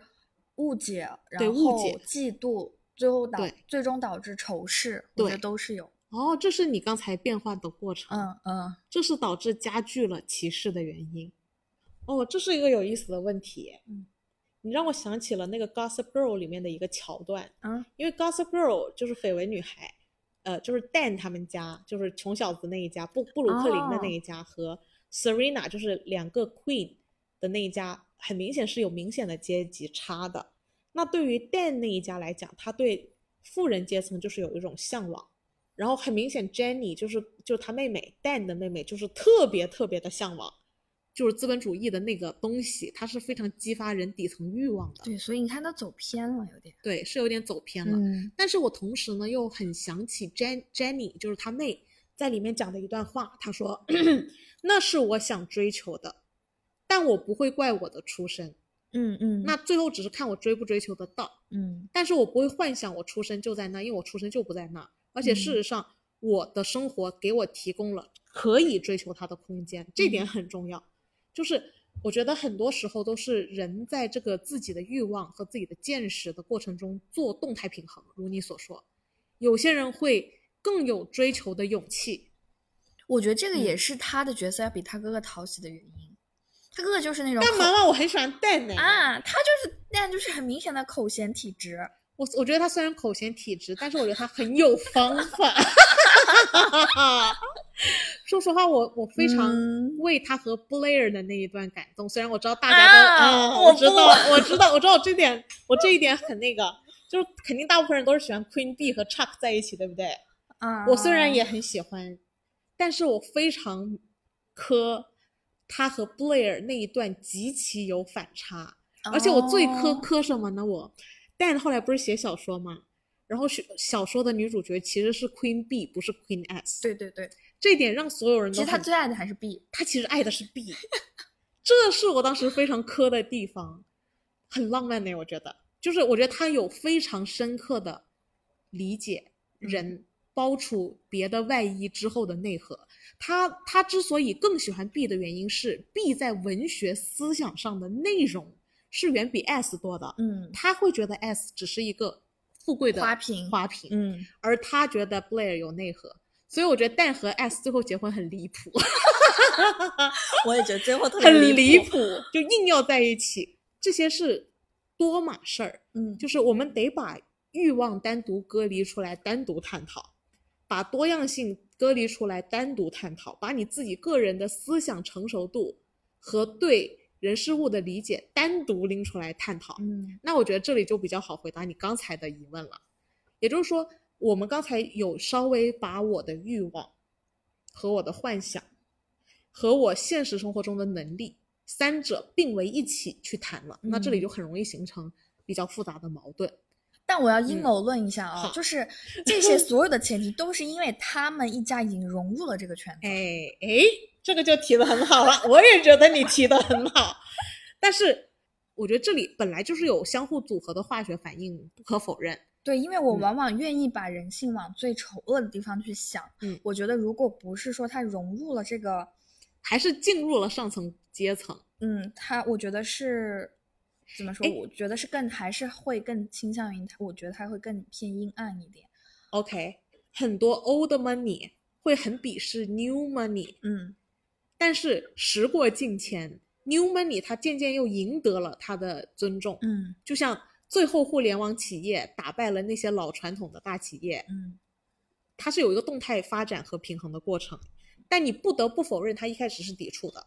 [SPEAKER 2] 误解，然
[SPEAKER 1] 对
[SPEAKER 2] 后
[SPEAKER 1] 误解
[SPEAKER 2] 嫉妒，最后导
[SPEAKER 1] 对
[SPEAKER 2] 最终导致仇视，我觉得
[SPEAKER 1] 对
[SPEAKER 2] 都是有。
[SPEAKER 1] 哦，这是你刚才变换的过程，
[SPEAKER 2] 嗯嗯，
[SPEAKER 1] 这是导致加剧了歧视的原因。哦，这是一个有意思的问题。
[SPEAKER 2] 嗯，
[SPEAKER 1] 你让我想起了那个《Gossip Girl》里面的一个桥段，
[SPEAKER 2] 嗯，
[SPEAKER 1] 因为《Gossip Girl》就是绯闻女孩，呃，就是 Dan 他们家，就是穷小子那一家，布布鲁克林的那一家、和 Serena 就是两个 Queen 的那一家，很明显是有明显的阶级差的。那对于 Dan 那一家来讲，他对富人阶层就是有一种向往，然后很明显 Jenny 就是就她妹妹 Dan 的妹妹就是特别特别的向往。就是资本主义的那个东西，它是非常激发人底层欲望的。
[SPEAKER 2] 对，所以你看他走偏了，有点。
[SPEAKER 1] 对，是有点走偏了。
[SPEAKER 2] 嗯
[SPEAKER 1] 但是我同时呢又很想起 Jen Jenny，就是她妹在里面讲的一段话，她说：“ 那是我想追求的，但我不会怪我的出身，
[SPEAKER 2] 嗯嗯，
[SPEAKER 1] 那最后只是看我追不追求得到。
[SPEAKER 2] 嗯
[SPEAKER 1] 但是我不会幻想我出身就在那，因为我出身就不在那。而且
[SPEAKER 2] 嗯
[SPEAKER 1] 事实上，我的生活给我提供了可以追求它的空间，这点
[SPEAKER 2] 嗯
[SPEAKER 1] 很重要。就是我觉得很多时候都是人在这个自己的欲望和自己的见识的过程中做动态平衡，如你所说，有些人会更有追求的勇气。
[SPEAKER 2] 我觉得这个
[SPEAKER 1] 嗯
[SPEAKER 2] 也是他的角色要比他哥哥讨喜的原因。他哥哥就是那种
[SPEAKER 1] 干
[SPEAKER 2] 啊口
[SPEAKER 1] 嘛嘛？啊我很喜欢蛋呢、
[SPEAKER 2] 啊，他就是那样，就是很明显的口嫌体直。
[SPEAKER 1] 我我觉得他虽然口嫌体直，但是我觉得他很有方法。 说实话，我我非常
[SPEAKER 2] 嗯
[SPEAKER 1] 为他和 Blair 的那一段感动。虽然我知道大家都，
[SPEAKER 2] 啊
[SPEAKER 1] 啊，
[SPEAKER 2] 我
[SPEAKER 1] 我知
[SPEAKER 2] 不
[SPEAKER 1] 道， 我知道，我知道这点，我这一点很那个，就是肯定大部分人都是喜欢 Queen B 和 Chuck 在一起，对不对？
[SPEAKER 2] 啊，
[SPEAKER 1] 我虽然也很喜欢，但是我非常磕他和 Blair 那一段极其有反差。而且我最
[SPEAKER 2] 哦
[SPEAKER 1] 苛刻什么呢？我，但后来不是写小说嘛，然后小小说的女主角其实是 Queen B，不是 Queen S。，
[SPEAKER 2] 对对对，
[SPEAKER 1] 这点让所有人
[SPEAKER 2] 其
[SPEAKER 1] 都
[SPEAKER 2] 实他
[SPEAKER 1] 很，
[SPEAKER 2] 最爱的还是 B。
[SPEAKER 1] 她其实爱的是 B，这是我当时非常磕的地方，很浪漫呢。我觉得，就是我觉得她有非常深刻的理解
[SPEAKER 2] 嗯
[SPEAKER 1] 人包出别的外衣之后的内核。她她之所以更喜欢 B 的原因是 B 在文学思想上的内容是远比 S 多的。
[SPEAKER 2] 嗯
[SPEAKER 1] 他会觉得 S 只是一个富贵的
[SPEAKER 2] 花瓶
[SPEAKER 1] 花瓶，
[SPEAKER 2] 嗯，
[SPEAKER 1] 而他觉得 Blair 有内核，所以我觉得蛋和 S 最后结婚很离谱，
[SPEAKER 2] 我也觉得最后特
[SPEAKER 1] 很离谱，嗯就硬要在一起，这些是多码事儿，
[SPEAKER 2] 嗯，
[SPEAKER 1] 就是我们得把欲望单独隔离出来，单独探讨，把多样性隔离出来，单独探讨，把你自己个人的思想成熟度和对人事物的理解单独拎出来探讨。
[SPEAKER 2] 嗯
[SPEAKER 1] 那我觉得这里就比较好回答你刚才的疑问了。也就是说，我们刚才有稍微把我的欲望和我的幻想和我现实生活中的能力三者并为一起去谈了，那这里
[SPEAKER 2] 嗯
[SPEAKER 1] 就很容易形成比较复杂的矛盾。
[SPEAKER 2] 但我要
[SPEAKER 1] 嗯
[SPEAKER 2] 阴谋论一下啊、
[SPEAKER 1] 好
[SPEAKER 2] 就是这些所有的前提都是因为他们一家已经融入了这个圈子。
[SPEAKER 1] 哎哎，这个就提的很好了，我也觉得你提的很好。 但是我觉得这里本来就是有相互组合的化学反应，不可否认。
[SPEAKER 2] 对，因为我
[SPEAKER 1] 嗯
[SPEAKER 2] 往往愿意把人性往最丑恶的地方去想。
[SPEAKER 1] 嗯
[SPEAKER 2] 我觉得如果不是说他融入了这个，
[SPEAKER 1] 还是进入了上层阶层，
[SPEAKER 2] 嗯，他我觉得是怎么说
[SPEAKER 1] 哎？
[SPEAKER 2] 我觉得是更还是会更倾向于他，我觉得他会更偏阴暗一点。
[SPEAKER 1] OK，很多 old money 会很鄙视 new money，
[SPEAKER 2] 嗯，
[SPEAKER 1] 但是时过境迁，new money 它渐渐又赢得了它的尊重。
[SPEAKER 2] 嗯
[SPEAKER 1] 就像最后互联网企业打败了那些老传统的大企业，
[SPEAKER 2] 嗯，
[SPEAKER 1] 它是有一个动态发展和平衡的过程。但你不得不否认，它一开始是抵触的，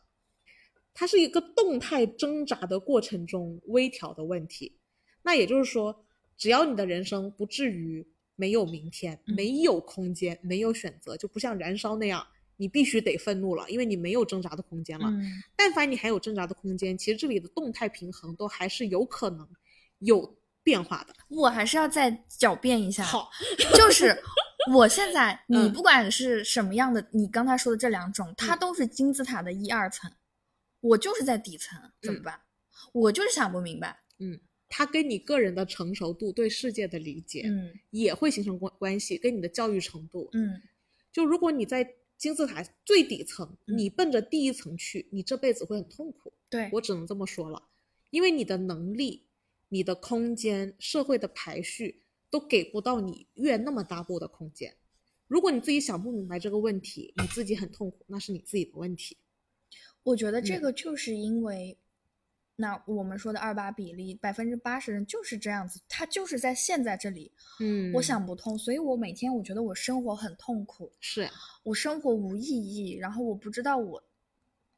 [SPEAKER 1] 它是一个动态挣扎的过程中微调的问题。那也就是说，只要你的人生不至于没有明天、
[SPEAKER 2] 嗯
[SPEAKER 1] 没有空间、没有选择，就不像燃烧那样，你必须得愤怒了，因为你没有挣扎的空间了。
[SPEAKER 2] 嗯
[SPEAKER 1] 但凡你还有挣扎的空间，其实这里的动态平衡都还是有可能有变化的。
[SPEAKER 2] 我还是要再狡辩一下，
[SPEAKER 1] 好，
[SPEAKER 2] 就是我现在，你
[SPEAKER 1] 嗯
[SPEAKER 2] 不管是什么样的，你刚才说的这两种，它都是金字塔的一二层，我就是在底层，怎么
[SPEAKER 1] 嗯
[SPEAKER 2] 办？我就是想不明白，
[SPEAKER 1] 它跟你个人的成熟度、对世界的理解、
[SPEAKER 2] 嗯
[SPEAKER 1] 也会形成关关系，跟你的教育程度。
[SPEAKER 2] 嗯
[SPEAKER 1] 就如果你在金字塔最底层，
[SPEAKER 2] 嗯
[SPEAKER 1] 你奔着第一层去，你这辈子会很痛苦。
[SPEAKER 2] 对，
[SPEAKER 1] 我只能这么说了，因为你的能力、你的空间、社会的排序都给不到你越那么大步的空间。如果你自己想不明白这个问题，你自己很痛苦，那是你自己的问题。
[SPEAKER 2] 我觉得这
[SPEAKER 1] 嗯
[SPEAKER 2] 个就是因为，那我们说的二八比例，百分之八十人就是这样子，他就是在陷在这里，
[SPEAKER 1] 嗯
[SPEAKER 2] 我想不通，所以我每天我觉得我生活很痛苦，
[SPEAKER 1] 是啊
[SPEAKER 2] 我生活无意义，然后我不知道我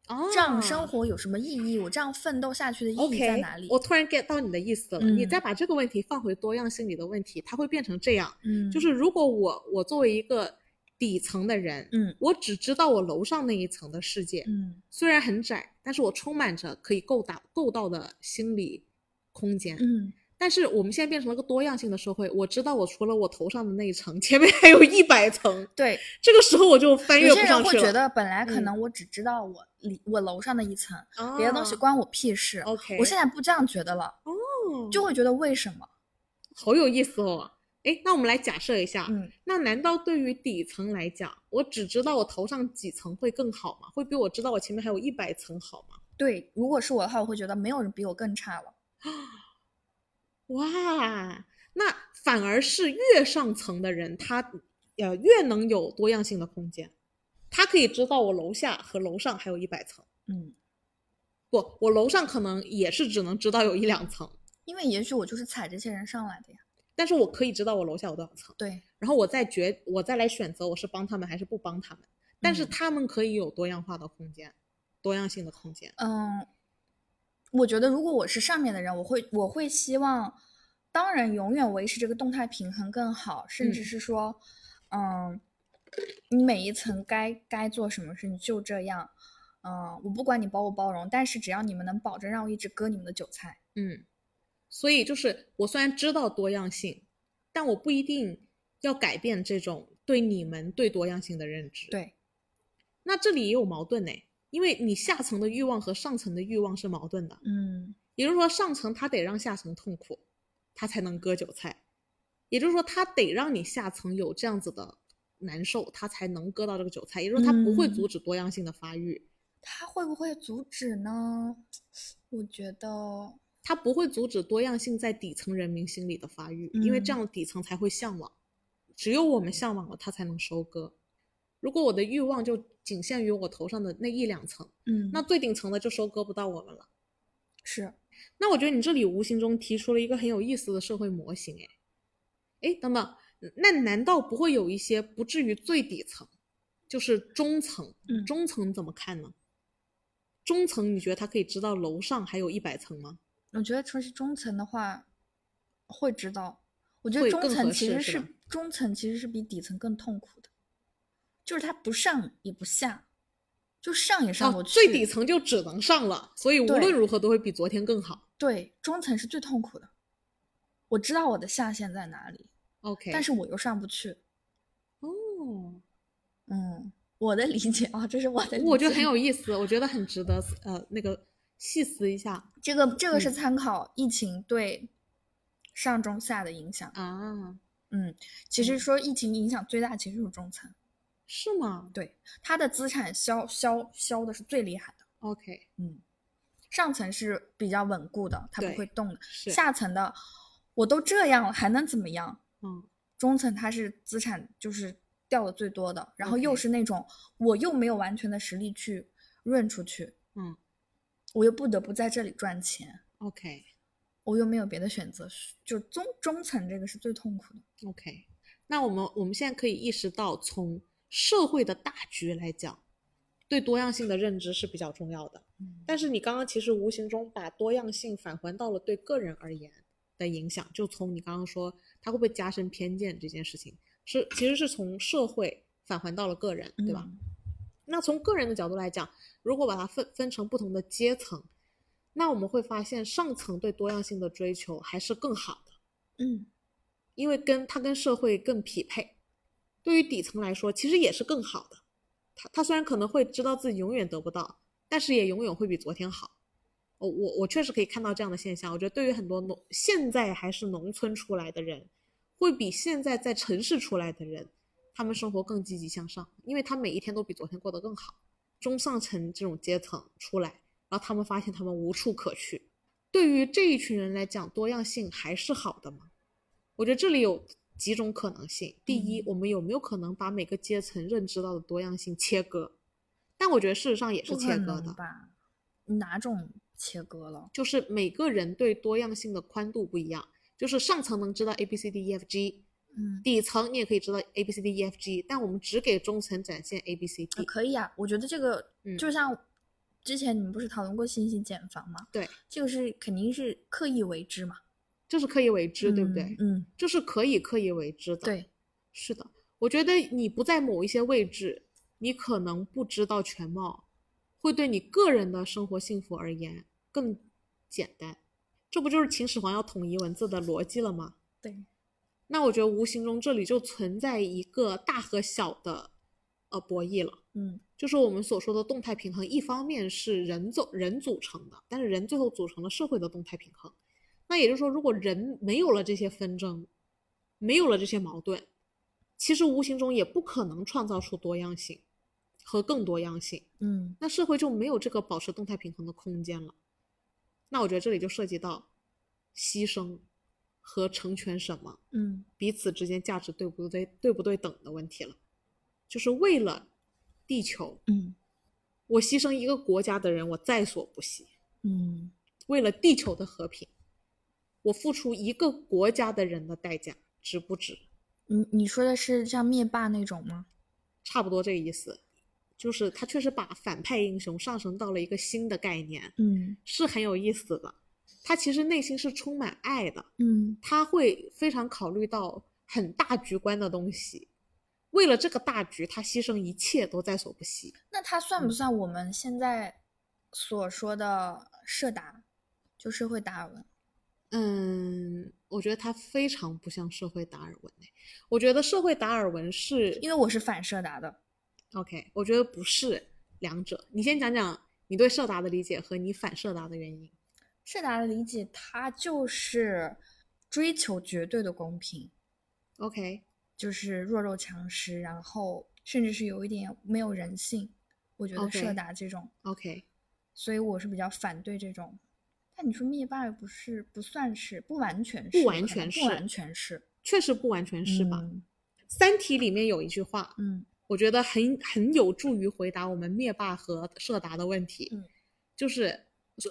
[SPEAKER 1] 哦，
[SPEAKER 2] 这样生活有什么意义，我这样奋斗下去的意义在
[SPEAKER 1] OK，
[SPEAKER 2] 哪里？
[SPEAKER 1] 我突然 get 到你的意思了。你
[SPEAKER 2] 嗯
[SPEAKER 1] 再把这个问题放回多样性里的问题，它会变成这样：
[SPEAKER 2] 嗯，
[SPEAKER 1] 就是如果我我作为一个底层的人，
[SPEAKER 2] 嗯
[SPEAKER 1] 我只知道我楼上那一层的世界，
[SPEAKER 2] 嗯
[SPEAKER 1] 虽然很窄，但是我充满着可以够达够到的心理空间。
[SPEAKER 2] 嗯，
[SPEAKER 1] 但是我们现在变成了个多样性的社会，我知道我除了我头上的那一层，前面还有一百层，
[SPEAKER 2] 对，
[SPEAKER 1] 这个时候我就翻越
[SPEAKER 2] 有
[SPEAKER 1] 不
[SPEAKER 2] 些
[SPEAKER 1] 上
[SPEAKER 2] 人
[SPEAKER 1] 去了。
[SPEAKER 2] 会觉得本来可
[SPEAKER 1] 嗯
[SPEAKER 2] 能我只知道我里我楼上的一层，
[SPEAKER 1] 啊
[SPEAKER 2] 别的东西关我屁事，
[SPEAKER 1] OK，
[SPEAKER 2] 我现在不这样觉得了，
[SPEAKER 1] 哦
[SPEAKER 2] 就会觉得为什么？
[SPEAKER 1] 好有意思哦。哎，那我们来假设一下，
[SPEAKER 2] 嗯
[SPEAKER 1] 那难道对于底层来讲，我只知道我头上几层会更好吗？会比我知道我前面还有一百层好吗？
[SPEAKER 2] 对，如果是我的话，我会觉得没有人比我更差了。
[SPEAKER 1] 哇，那反而是越上层的人，他呃越能有多样性的空间，他可以知道我楼下和楼上还有一百层，
[SPEAKER 2] 嗯，
[SPEAKER 1] 不，我楼上可能也是只能知道有一两层，
[SPEAKER 2] 因为也许我就是踩这些人上来的呀。
[SPEAKER 1] 但是我可以知道我楼下有多少层，
[SPEAKER 2] 对，
[SPEAKER 1] 然后我再决我再来选择我是帮他们还是不帮他们，但是
[SPEAKER 2] 嗯
[SPEAKER 1] 他们可以有多样化的空间，多样性的空间，
[SPEAKER 2] 嗯，我觉得如果我是上面的人，我会我会希望，当然永远维持这个动态平衡更好，甚至
[SPEAKER 1] 嗯
[SPEAKER 2] 是说，嗯，你每一层该该做什么事你就这样。嗯，我不管你包不包容，但是只要你们能保证让我一直割你们的韭菜，
[SPEAKER 1] 嗯，所以就是我虽然知道多样性，但我不一定要改变这种对你们对多样性的认知。，
[SPEAKER 2] 对，
[SPEAKER 1] 那这里也有矛盾呢，因为你下层的欲望和上层的欲望是矛盾的，
[SPEAKER 2] 嗯
[SPEAKER 1] 也就是说上层他得让下层痛苦，他才能割韭菜，也就是说他得让你下层有这样子的难受，他才能割到这个韭菜，也就是说他不会阻
[SPEAKER 2] 嗯
[SPEAKER 1] 止多样性的发育。
[SPEAKER 2] 他会不会阻止呢？我觉得，
[SPEAKER 1] 它不会阻止多样性在底层人民心里的发育，因为这
[SPEAKER 2] 嗯
[SPEAKER 1] 样底层才会向往。只有我们向往了，它才能收割。如果我的欲望就仅限于我头上的那一两层，
[SPEAKER 2] 嗯，
[SPEAKER 1] 那最顶层的就收割不到我们了。
[SPEAKER 2] 是，
[SPEAKER 1] 那我觉得你这里无形中提出了一个很有意思的社会模型，哎，哎，等等，那难道不会有一些不至于最底层，就是中层？
[SPEAKER 2] 嗯
[SPEAKER 1] 中层怎么看呢？中层你觉得他可以知道楼上还有一百层吗？
[SPEAKER 2] 我觉得说是中层的话，会知道。我觉得
[SPEAKER 1] 会
[SPEAKER 2] 中
[SPEAKER 1] 更
[SPEAKER 2] 层
[SPEAKER 1] 合
[SPEAKER 2] 其
[SPEAKER 1] 适
[SPEAKER 2] 实
[SPEAKER 1] 是
[SPEAKER 2] 是
[SPEAKER 1] 吧
[SPEAKER 2] 中层其实是比底层更痛苦的，就是他不上也不下，就上也上不
[SPEAKER 1] 哦，
[SPEAKER 2] 去。
[SPEAKER 1] 最底层就只能上了，所以无
[SPEAKER 2] 对
[SPEAKER 1] 论如何都会比昨天更好。
[SPEAKER 2] 对中层是最痛苦的。我知道我的下限在哪里，
[SPEAKER 1] OK，
[SPEAKER 2] 但是我又上不去。
[SPEAKER 1] 哦，
[SPEAKER 2] 嗯，我的理解啊，这是我的理解。
[SPEAKER 1] 我觉得很有意思，我觉得很值得呃那个细思一下
[SPEAKER 2] 这个这个是
[SPEAKER 1] 嗯
[SPEAKER 2] 参考疫情对上中下的影响。
[SPEAKER 1] 啊，
[SPEAKER 2] 嗯，其实说疫情影响最大其实是中层。
[SPEAKER 1] 是吗
[SPEAKER 2] 对，他的资产消消消的是最厉害的，
[SPEAKER 1] ？OK，
[SPEAKER 2] 嗯，上层是比较稳固的，它不
[SPEAKER 1] 对
[SPEAKER 2] 会动的，
[SPEAKER 1] 是
[SPEAKER 2] 下层的我都这样了还能怎么样？
[SPEAKER 1] 嗯
[SPEAKER 2] 中层它是资产就是掉的最多的，然后又
[SPEAKER 1] OK
[SPEAKER 2] 是那种我又没有完全的实力去润出去，
[SPEAKER 1] 嗯
[SPEAKER 2] 我又不得不在这里赚钱，
[SPEAKER 1] ，OK
[SPEAKER 2] 我又没有别的选择，就中中层这个是最痛苦的，
[SPEAKER 1] OK，那我们我们现在可以意识到，从社会的大局来讲，对多样性的认知是比较重要的。
[SPEAKER 2] 嗯
[SPEAKER 1] 但是你刚刚其实无形中把多样性返还到了对个人而言，的影响，就从你刚刚说他会不会加深偏见这件事情，是其实是从社会返还到了个人，对吧？
[SPEAKER 2] 嗯
[SPEAKER 1] 那从个人的角度来讲，如果把它分分成不同的阶层，那我们会发现上层对多样性的追求还是更好的，
[SPEAKER 2] 嗯
[SPEAKER 1] 因为跟它跟社会更匹配。对于底层来说，其实也是更好的。他他虽然可能会知道自己永远得不到，但是也永远会比昨天好。我我我确实可以看到这样的现象。我觉得对于很多农现在还是农村出来的人，会比现在在城市出来的人，他们生活更积极向上，因为他每一天都比昨天过得更好。中上层这种阶层出来，然后他们发现他们无处可去。对于这一群人来讲，多样性还是好的吗？我觉得这里有几种可能性。第一，
[SPEAKER 2] 嗯
[SPEAKER 1] 我们有没有可能把每个阶层认知到的多样性切割？但我觉得事实上也是
[SPEAKER 2] 不
[SPEAKER 1] 切
[SPEAKER 2] 可
[SPEAKER 1] 割
[SPEAKER 2] 能
[SPEAKER 1] 的，
[SPEAKER 2] 吧？哪种切割了？
[SPEAKER 1] 就是每个人对多样性的宽度不一样。就是上层能知道 A B C D E F G，
[SPEAKER 2] 嗯，
[SPEAKER 1] 底层你也可以知道 A B C D E F G，但我们只给中层展现 A B C
[SPEAKER 2] 啊
[SPEAKER 1] D。
[SPEAKER 2] 可以啊，我觉得这个
[SPEAKER 1] 嗯
[SPEAKER 2] 就像之前你们不是讨论过信息茧房吗？
[SPEAKER 1] 对，
[SPEAKER 2] 这个是肯定是刻意为之嘛，
[SPEAKER 1] 这是刻意为之，对不对？
[SPEAKER 2] 嗯？嗯，
[SPEAKER 1] 这是可以刻意为之的。，
[SPEAKER 2] 对，
[SPEAKER 1] 是的。我觉得你不在某一些位置，你可能不知道全貌，会对你个人的生活幸福而言更简单。这不就是秦始皇要统一文字的逻辑了吗？
[SPEAKER 2] 对，
[SPEAKER 1] 那我觉得无形中这里就存在一个大和小的呃博弈了。
[SPEAKER 2] 嗯
[SPEAKER 1] 就是我们所说的动态平衡，一方面是人组人组成的，但是人最后组成了社会的动态平衡。那也就是说，如果人没有了这些纷争，没有了这些矛盾，其实无形中也不可能创造出多样性和更多样性。
[SPEAKER 2] 嗯
[SPEAKER 1] 那社会就没有这个保持动态平衡的空间了。那我觉得这里就涉及到牺牲和成全什么。
[SPEAKER 2] 嗯
[SPEAKER 1] 彼此之间价值对不对对不对等的问题了。就是为了地球，
[SPEAKER 2] 嗯
[SPEAKER 1] 我牺牲一个国家的人，我在所不惜；
[SPEAKER 2] 嗯
[SPEAKER 1] 为了地球的和平，我付出一个国家的人的代价，值不值？
[SPEAKER 2] 你你说的是像灭霸那种吗？
[SPEAKER 1] 差不多这个意思。就是他确实把反派英雄上升到了一个新的概念，
[SPEAKER 2] 嗯
[SPEAKER 1] 是很有意思的。他其实内心是充满爱的，
[SPEAKER 2] 嗯
[SPEAKER 1] 他会非常考虑到很大局观的东西，为了这个大局，他牺牲一切都在所不惜。
[SPEAKER 2] 那它算不
[SPEAKER 1] 嗯
[SPEAKER 2] 算我们现在所说的社达，就社会达尔文？
[SPEAKER 1] 嗯，我觉得他非常不像社会达尔文诶我觉得社会达尔文是
[SPEAKER 2] 因为我是反社达的，
[SPEAKER 1] OK，我觉得不是两者。你先讲讲你对社达的理解和你反社达的原因。
[SPEAKER 2] 社达的理解它就是追求绝对的公平，
[SPEAKER 1] OK，
[SPEAKER 2] 就是弱肉强食，然后甚至是有一点没有人性。我觉得
[SPEAKER 1] OK
[SPEAKER 2] 社达这种
[SPEAKER 1] OK，
[SPEAKER 2] 所以我是比较反对这种。但你说灭霸又不是不算是不完全是
[SPEAKER 1] 不
[SPEAKER 2] 可
[SPEAKER 1] 完
[SPEAKER 2] 能
[SPEAKER 1] 全
[SPEAKER 2] 不
[SPEAKER 1] 是
[SPEAKER 2] 完全是
[SPEAKER 1] 确实不完全是吧？
[SPEAKER 2] 嗯
[SPEAKER 1] 三体》里面有一句话，
[SPEAKER 2] 嗯
[SPEAKER 1] 我觉得很很有助于回答我们灭霸和社达的问题。
[SPEAKER 2] 嗯，
[SPEAKER 1] 就是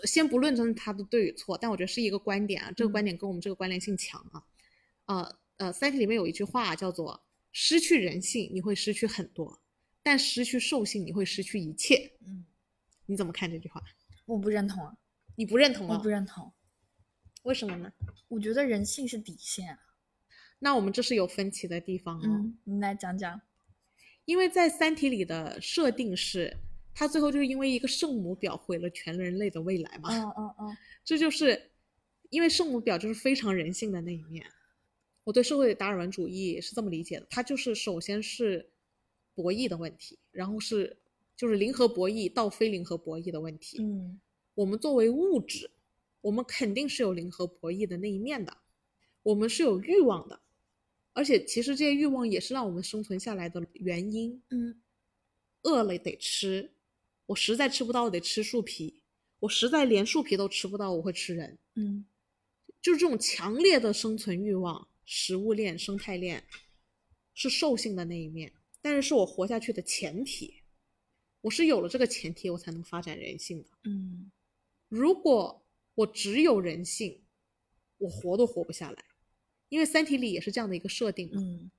[SPEAKER 1] 先不论证它的对与错，但我觉得是一个观点啊，这个
[SPEAKER 2] 嗯
[SPEAKER 1] 观点跟我们这个关联性强啊。呃呃，《三体》里面有一句话叫做“失去人性，你会失去很多；但失去兽性，你会失去一切
[SPEAKER 2] 嗯，”。
[SPEAKER 1] 你怎么看这句话？
[SPEAKER 2] 我不认同啊，
[SPEAKER 1] 你不认同
[SPEAKER 2] 我
[SPEAKER 1] 啊？
[SPEAKER 2] 不认同，
[SPEAKER 1] 为什么呢？
[SPEAKER 2] 我觉得人性是底线啊。
[SPEAKER 1] 那我们这是有分歧的地方哦。
[SPEAKER 2] 嗯，你来讲讲。
[SPEAKER 1] 因为在《三体》里的设定是，他最后就是因为一个圣母表毁了全人类的未来嘛。
[SPEAKER 2] 嗯嗯嗯，
[SPEAKER 1] 这就是因为圣母表就是非常人性的那一面。我对社会达尔文主义是这么理解的，它就是首先是博弈的问题，然后是就是零和博弈到非零和博弈的问题。
[SPEAKER 2] 嗯
[SPEAKER 1] 我们作为物质，我们肯定是有零和博弈的那一面的，我们是有欲望的，而且其实这些欲望也是让我们生存下来的原因。
[SPEAKER 2] 嗯
[SPEAKER 1] 饿了得吃，我实在吃不到我得吃树皮，我实在连树皮都吃不到我会吃人，
[SPEAKER 2] 嗯
[SPEAKER 1] 就是这种强烈的生存欲望，食物链、生态链是兽性的那一面，但是是我活下去的前提，我是有了这个前提，我才能发展人性的。
[SPEAKER 2] 嗯
[SPEAKER 1] 如果我只有人性，我活都活不下来，因为《三体》里也是这样的一个设定嘛。
[SPEAKER 2] 嗯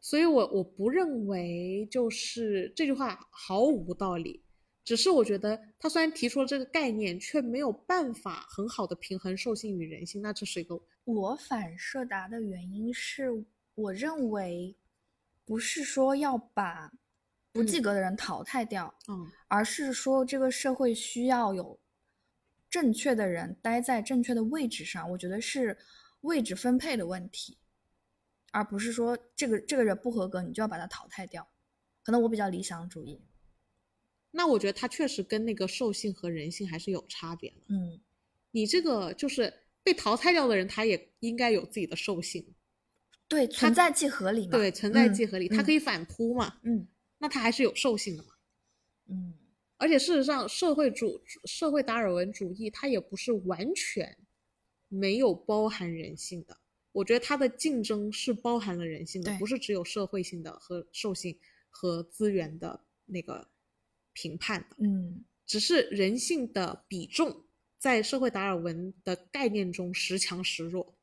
[SPEAKER 1] 所以我我不认为就是这句话毫无道理，只是我觉得他虽然提出了这个概念，却没有办法很好的平衡兽性与人性，那这是一个
[SPEAKER 2] 我反射达的原因是，我认为不是说要把不及格的人淘汰掉，
[SPEAKER 1] 嗯
[SPEAKER 2] 而是说这个社会需要有正确的人待在正确的位置上。我觉得是位置分配的问题，而不是说这个这个人不合格，你就要把他淘汰掉。可能我比较理想主义，
[SPEAKER 1] 那我觉得它确实跟那个兽性和人性还是有差别的。
[SPEAKER 2] 嗯，
[SPEAKER 1] 你这个就是被淘汰掉的人，他也应该有自己的兽性，
[SPEAKER 2] 对，存在即合理嘛，
[SPEAKER 1] 对，存在
[SPEAKER 2] 嗯
[SPEAKER 1] 即合理，他可以反扑嘛，
[SPEAKER 2] 嗯
[SPEAKER 1] 那他还是有兽性的嘛。
[SPEAKER 2] 嗯
[SPEAKER 1] 而且事实上，社会主社会达尔文主义它也不是完全没有包含人性的。我觉得它的竞争是包含了人性的，
[SPEAKER 2] 对
[SPEAKER 1] 不是只有社会性的和兽性和资源的那个评判的，
[SPEAKER 2] 嗯，
[SPEAKER 1] 只是人性的比重在社会达尔文的概念中时强时弱，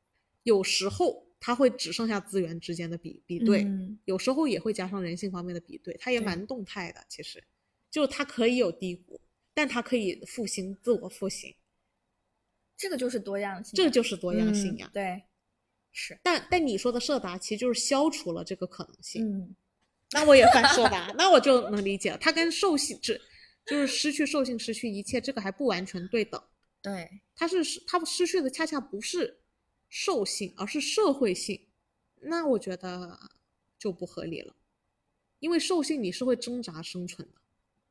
[SPEAKER 1] 有时候它会只剩下资源之间的比比对，
[SPEAKER 2] 嗯
[SPEAKER 1] 有时候也会加上人性方面的比对，它也
[SPEAKER 2] 对
[SPEAKER 1] 蛮动态的。其实，就它可以有低谷，但它可以复兴，自我复兴，
[SPEAKER 2] 这个就是多样性，
[SPEAKER 1] 这就是多样性呀
[SPEAKER 2] 嗯。对，是，
[SPEAKER 1] 但但你说的社达其实就是消除了这个可能性，
[SPEAKER 2] 嗯
[SPEAKER 1] 那我也反社 达，那我就能理解了。它跟兽性只就是失去兽性、失去一切，这个还不完全对等。
[SPEAKER 2] 对，
[SPEAKER 1] 它是失它失去的恰恰不是兽性，而是社会性。那我觉得就不合理了，因为兽性你是会挣扎生存的，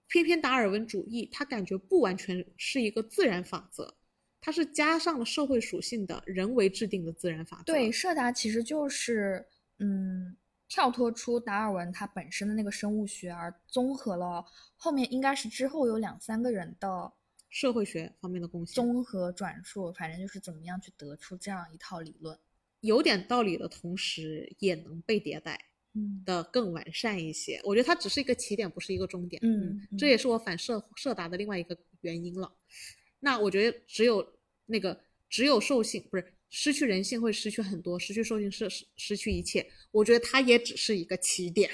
[SPEAKER 1] 偏偏达尔文主义它感觉不完全是一个自然法则，它是加上了社会属性的人为制定的自然法则。
[SPEAKER 2] 对，社达其实就是嗯，跳脱出达尔文他本身的那个生物学，而综合了后面应该是之后有两三个人的
[SPEAKER 1] 社会学方面的贡献，
[SPEAKER 2] 综合转述，反正就是怎么样去得出这样一套理论。
[SPEAKER 1] 有点道理的同时，也能被迭代。
[SPEAKER 2] 嗯，
[SPEAKER 1] 的更完善一些。我觉得它只是一个起点，不是一个终点。
[SPEAKER 2] 嗯嗯
[SPEAKER 1] 这也是我反社社达的另外一个原因了。那我觉得只有那个只有兽性，不是失去人性会失去很多，失去兽性是失失去一切。我觉得它也只是一个起点，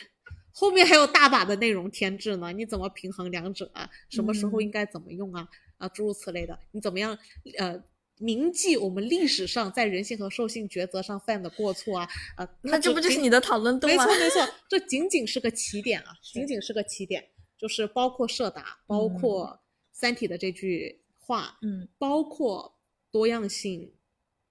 [SPEAKER 1] 后面还有大把的内容添置呢。你怎么平衡两者啊？什么时候
[SPEAKER 2] 嗯
[SPEAKER 1] 应该怎么用啊？啊，诸如此类的。你怎么样？呃。铭记我们历史上在人性和兽性抉择上犯的过错啊，呃，
[SPEAKER 2] 那这不就是你的讨论度
[SPEAKER 1] 没
[SPEAKER 2] 吗
[SPEAKER 1] 错？没错，这仅仅是个起点啊，仅仅是个起点，就是包括社达，包括《三体》的这句话，
[SPEAKER 2] 嗯
[SPEAKER 1] 包括多样性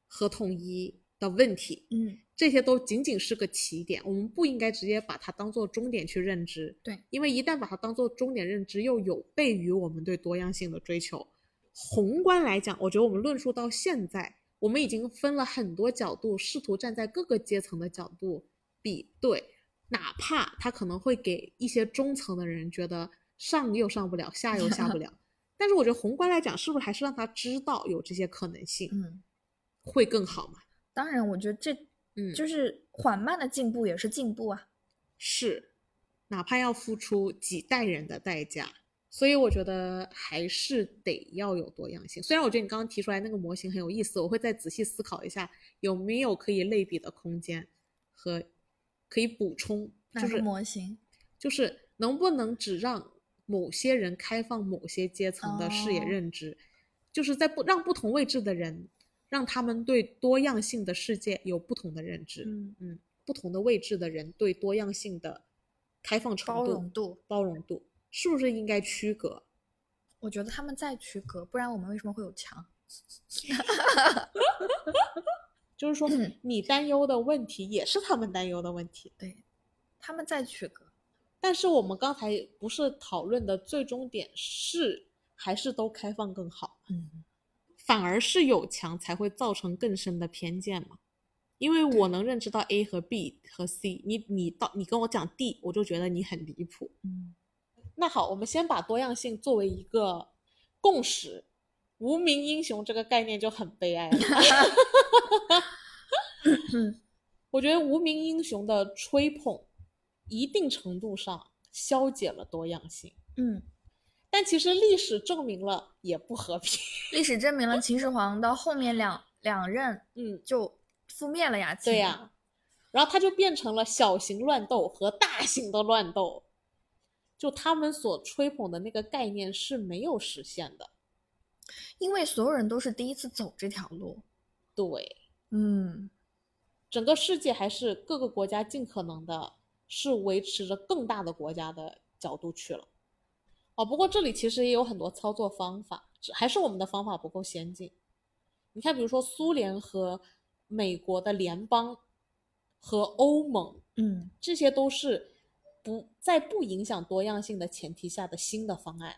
[SPEAKER 1] 和统一的问题，
[SPEAKER 2] 嗯，
[SPEAKER 1] 这些都仅仅是个起点，我们不应该直接把它当做终点去认知。
[SPEAKER 2] 对，
[SPEAKER 1] 因为一旦把它当做终点认知，又有悖于我们对多样性的追求。宏观来讲，我觉得我们论述到现在，我们已经分了很多角度，试图站在各个阶层的角度比对，哪怕它可能会给一些中层的人觉得上又上不了，下又下不 了，但是我觉得宏观来讲，是不是还是让他知道有这些可能性
[SPEAKER 2] 嗯，
[SPEAKER 1] 会更好嘛？
[SPEAKER 2] 当然，我觉得这
[SPEAKER 1] 嗯，
[SPEAKER 2] 就是缓慢的进步也是进步啊。
[SPEAKER 1] 是，哪怕要付出几代人的代价。所以我觉得还是得要有多样性。虽然我觉得你刚刚提出来那个模型很有意思，我会再仔细思考一下有没有可以类比的空间和可以补充，
[SPEAKER 2] 哪
[SPEAKER 1] 就
[SPEAKER 2] 个
[SPEAKER 1] 是
[SPEAKER 2] 模型？
[SPEAKER 1] 就是能不能只让某些人开放某些阶层的视野
[SPEAKER 2] 哦
[SPEAKER 1] 认知，就是在不让不同位置的人，让他们对多样性的世界有不同的认知。
[SPEAKER 2] 嗯，
[SPEAKER 1] 嗯，不同的位置的人对多样性的开放程
[SPEAKER 2] 包
[SPEAKER 1] 度、
[SPEAKER 2] 容度。
[SPEAKER 1] 包容度，是不是应该区隔？
[SPEAKER 2] 我觉得他们在区隔，不然我们为什么会有墙？
[SPEAKER 1] 就是说
[SPEAKER 2] 嗯，
[SPEAKER 1] 你担忧的问题也是他们担忧的问题。
[SPEAKER 2] 对，他们在区隔。
[SPEAKER 1] 但是我们刚才不是讨论的最终点是还是都开放更好，
[SPEAKER 2] 嗯，
[SPEAKER 1] 反而是有墙才会造成更深的偏见嘛？因为我能认知到 A 和 B 和 C，你你到你跟我讲 D，我就觉得你很离谱。
[SPEAKER 2] 嗯，
[SPEAKER 1] 那好，我们先把多样性作为一个共识，无名英雄这个概念就很悲哀了。 我觉得无名英雄的吹捧，一定程度上消解了多样性，
[SPEAKER 2] 嗯，
[SPEAKER 1] 但其实历史证明了也不和平。
[SPEAKER 2] 历史证明了秦始皇的后面两两任
[SPEAKER 1] 嗯，
[SPEAKER 2] 就覆灭了呀。
[SPEAKER 1] 对
[SPEAKER 2] 秦
[SPEAKER 1] 呀、然后它就变成了小型乱斗和大型的乱斗，就他们所吹捧的那个概念是没有实现的。
[SPEAKER 2] 因为所有人都是第一次走这条路，
[SPEAKER 1] 对，
[SPEAKER 2] 嗯
[SPEAKER 1] 整个世界还是各个国家尽可能的是维持着更大的国家的角度去了。哦，不过这里其实也有很多操作方法，只还是我们的方法不够先进。你看，比如说苏联和美国的联邦和欧盟，
[SPEAKER 2] 嗯
[SPEAKER 1] 这些都是不在不影响多样性的前提下的新的方案。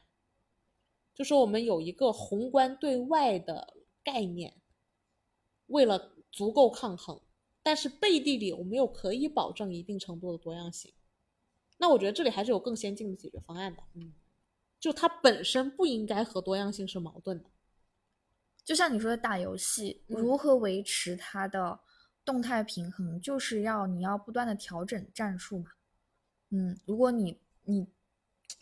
[SPEAKER 1] 就说我们有一个宏观对外的概念，为了足够抗衡，但是背地里我们又可以保证一定程度的多样性。那我觉得这里还是有更先进的解决方案的，嗯，就它本身不应该和多样性是矛盾的，
[SPEAKER 2] 就像你说的打游戏，
[SPEAKER 1] 嗯
[SPEAKER 2] 如何维持它的动态平衡，就是要你要不断的调整战术嘛。嗯，如果你你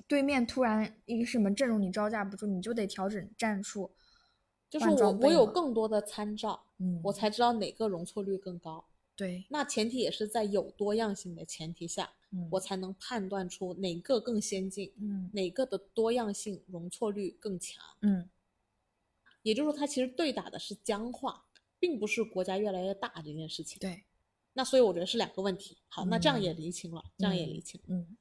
[SPEAKER 2] 对面突然一个什么阵容你招架不住，你就得调整战术。
[SPEAKER 1] 就是
[SPEAKER 2] 换
[SPEAKER 1] 我
[SPEAKER 2] 装
[SPEAKER 1] 我
[SPEAKER 2] 备
[SPEAKER 1] 有
[SPEAKER 2] 嘛
[SPEAKER 1] 更多的参照，
[SPEAKER 2] 嗯，
[SPEAKER 1] 我才知道哪个容错率更高。
[SPEAKER 2] 对，
[SPEAKER 1] 那前提也是在有多样性的前提下，
[SPEAKER 2] 嗯
[SPEAKER 1] 我才能判断出哪个更先进，
[SPEAKER 2] 嗯
[SPEAKER 1] 哪个的多样性容错率更强。
[SPEAKER 2] 嗯
[SPEAKER 1] 也就是说，它其实对打的是僵化，并不是国家越来越大这件事情。
[SPEAKER 2] 对，
[SPEAKER 1] 那所以我觉得是两个问题。好，那这样
[SPEAKER 2] 嗯
[SPEAKER 1] 也厘清了，这样也厘清了。
[SPEAKER 2] 嗯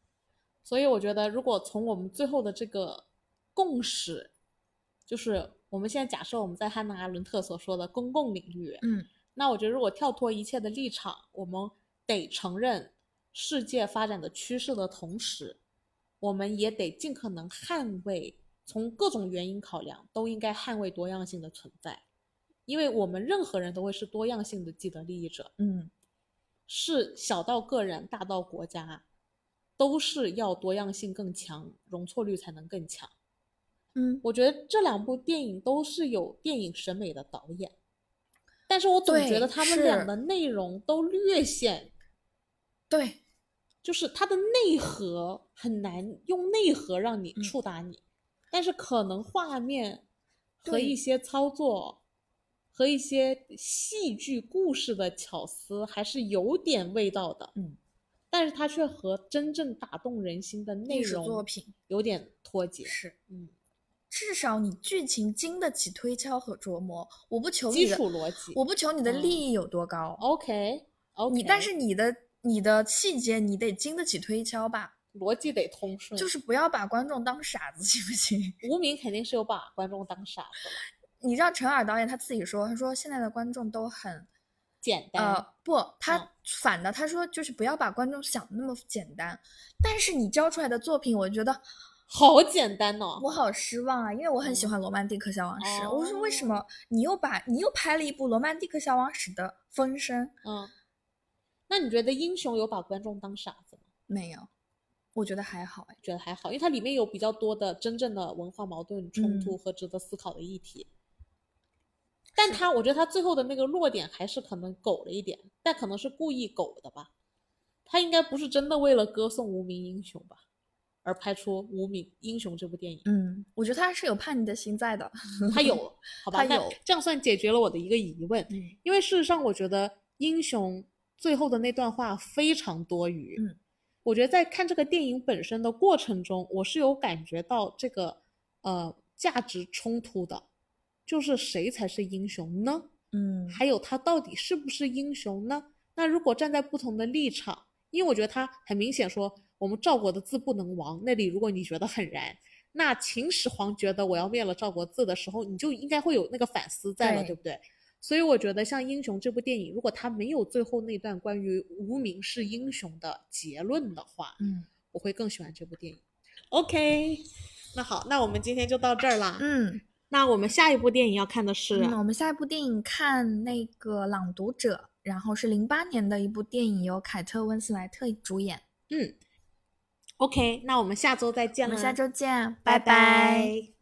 [SPEAKER 1] 所以我觉得，如果从我们最后的这个共识，就是我们现在假设我们在汉娜·阿伦特所说的公共领域，
[SPEAKER 2] 嗯
[SPEAKER 1] 那我觉得，如果跳脱一切的立场，我们得承认世界发展的趋势的同时，我们也得尽可能捍卫，从各种原因考量，都应该捍卫多样性的存在，因为我们任何人都会是多样性的既得利益者，
[SPEAKER 2] 嗯
[SPEAKER 1] 是小到个人，大到国家，都是要多样性更强，容错率才能更强。
[SPEAKER 2] 嗯，
[SPEAKER 1] 我觉得这两部电影都是有电影审美的导演，但是我总觉得
[SPEAKER 2] 对
[SPEAKER 1] 他们
[SPEAKER 2] 是
[SPEAKER 1] 俩的内容都略显，
[SPEAKER 2] 对，
[SPEAKER 1] 就是它的内核很难用内核让
[SPEAKER 2] 嗯
[SPEAKER 1] 你触达你，但是可能画面和
[SPEAKER 2] 对
[SPEAKER 1] 一些操作和一些戏剧故事的巧思还是有点味道的，
[SPEAKER 2] 嗯，
[SPEAKER 1] 但是它却和真正打动人心的内
[SPEAKER 2] 艺术作
[SPEAKER 1] 容
[SPEAKER 2] 品
[SPEAKER 1] 有点脱节，
[SPEAKER 2] 是。
[SPEAKER 1] 嗯，
[SPEAKER 2] 至少你剧情经得起推敲和琢磨，我不求你
[SPEAKER 1] 基
[SPEAKER 2] 的，
[SPEAKER 1] 础逻辑
[SPEAKER 2] 我不求你的
[SPEAKER 1] 嗯
[SPEAKER 2] 利益有多高，哦
[SPEAKER 1] ，OK。OK，
[SPEAKER 2] 你但是你的你的细节你得经得起推敲吧，
[SPEAKER 1] 逻辑得通顺。
[SPEAKER 2] 就是不要把观众当傻子， 行不行？
[SPEAKER 1] 无名肯定是有把观众当傻子了，
[SPEAKER 2] 你知道陈耳导演他自己说，他说现在的观众都很
[SPEAKER 1] 简单。
[SPEAKER 2] 呃不，
[SPEAKER 1] 嗯
[SPEAKER 2] 他反的他说就是不要把观众想那么简单，但是你教出来的作品，我觉得
[SPEAKER 1] 好简单哦，
[SPEAKER 2] 我好失望啊，因为我很喜欢《罗曼蒂克消亡史》，我说为什
[SPEAKER 1] 嗯哦
[SPEAKER 2] 么你又把你又拍了一部《罗曼蒂克消亡史》的风声？
[SPEAKER 1] 嗯。那你觉得英雄有把观众当傻子吗？
[SPEAKER 2] 没有，我觉得还好哎。
[SPEAKER 1] 觉得还好，因为它里面有比较多的真正的文化矛盾冲
[SPEAKER 2] 嗯
[SPEAKER 1] 突和值得思考的议题。但他，我觉得他最后的那个落点还是可能狗了一点，但可能是故意狗的吧。他应该不是真的为了歌颂无名英雄吧，而拍出《无名英雄》这部电影。
[SPEAKER 2] 嗯，我觉得他是有叛逆的心在的。
[SPEAKER 1] 他有， 好吧，那
[SPEAKER 2] 他有
[SPEAKER 1] 这样算解决了我的一个疑问，
[SPEAKER 2] 嗯
[SPEAKER 1] 因为事实上我觉得英雄最后的那段话非常多余。
[SPEAKER 2] 嗯，
[SPEAKER 1] 我觉得在看这个电影本身的过程中，我是有感觉到这个呃价值冲突的，就是谁才是英雄呢？
[SPEAKER 2] 嗯
[SPEAKER 1] 还有他到底是不是英雄呢？那如果站在不同的立场，因为我觉得他很明显说，我们赵国的字不能亡。那里如果你觉得很燃，那秦始皇觉得我要灭了赵国字的时候，你就应该会有那个反思在了，
[SPEAKER 2] 对
[SPEAKER 1] 对不对？所以我觉得像《英雄》这部电影，如果他没有最后那段关于无名是英雄的结论的话，
[SPEAKER 2] 嗯
[SPEAKER 1] 我会更喜欢这部电影。OK，那好，那我们今天就到这儿啦。
[SPEAKER 2] 嗯
[SPEAKER 1] 那我们下一部电影要看的是，啊
[SPEAKER 2] 嗯，我们下一部电影看那个《朗读者》，然后是零八年的一部电影，由凯特温斯莱特主演。
[SPEAKER 1] 嗯，OK，那我们下周再
[SPEAKER 2] 我
[SPEAKER 1] 见了，
[SPEAKER 2] 们下周见，
[SPEAKER 1] 拜
[SPEAKER 2] 拜拜
[SPEAKER 1] 拜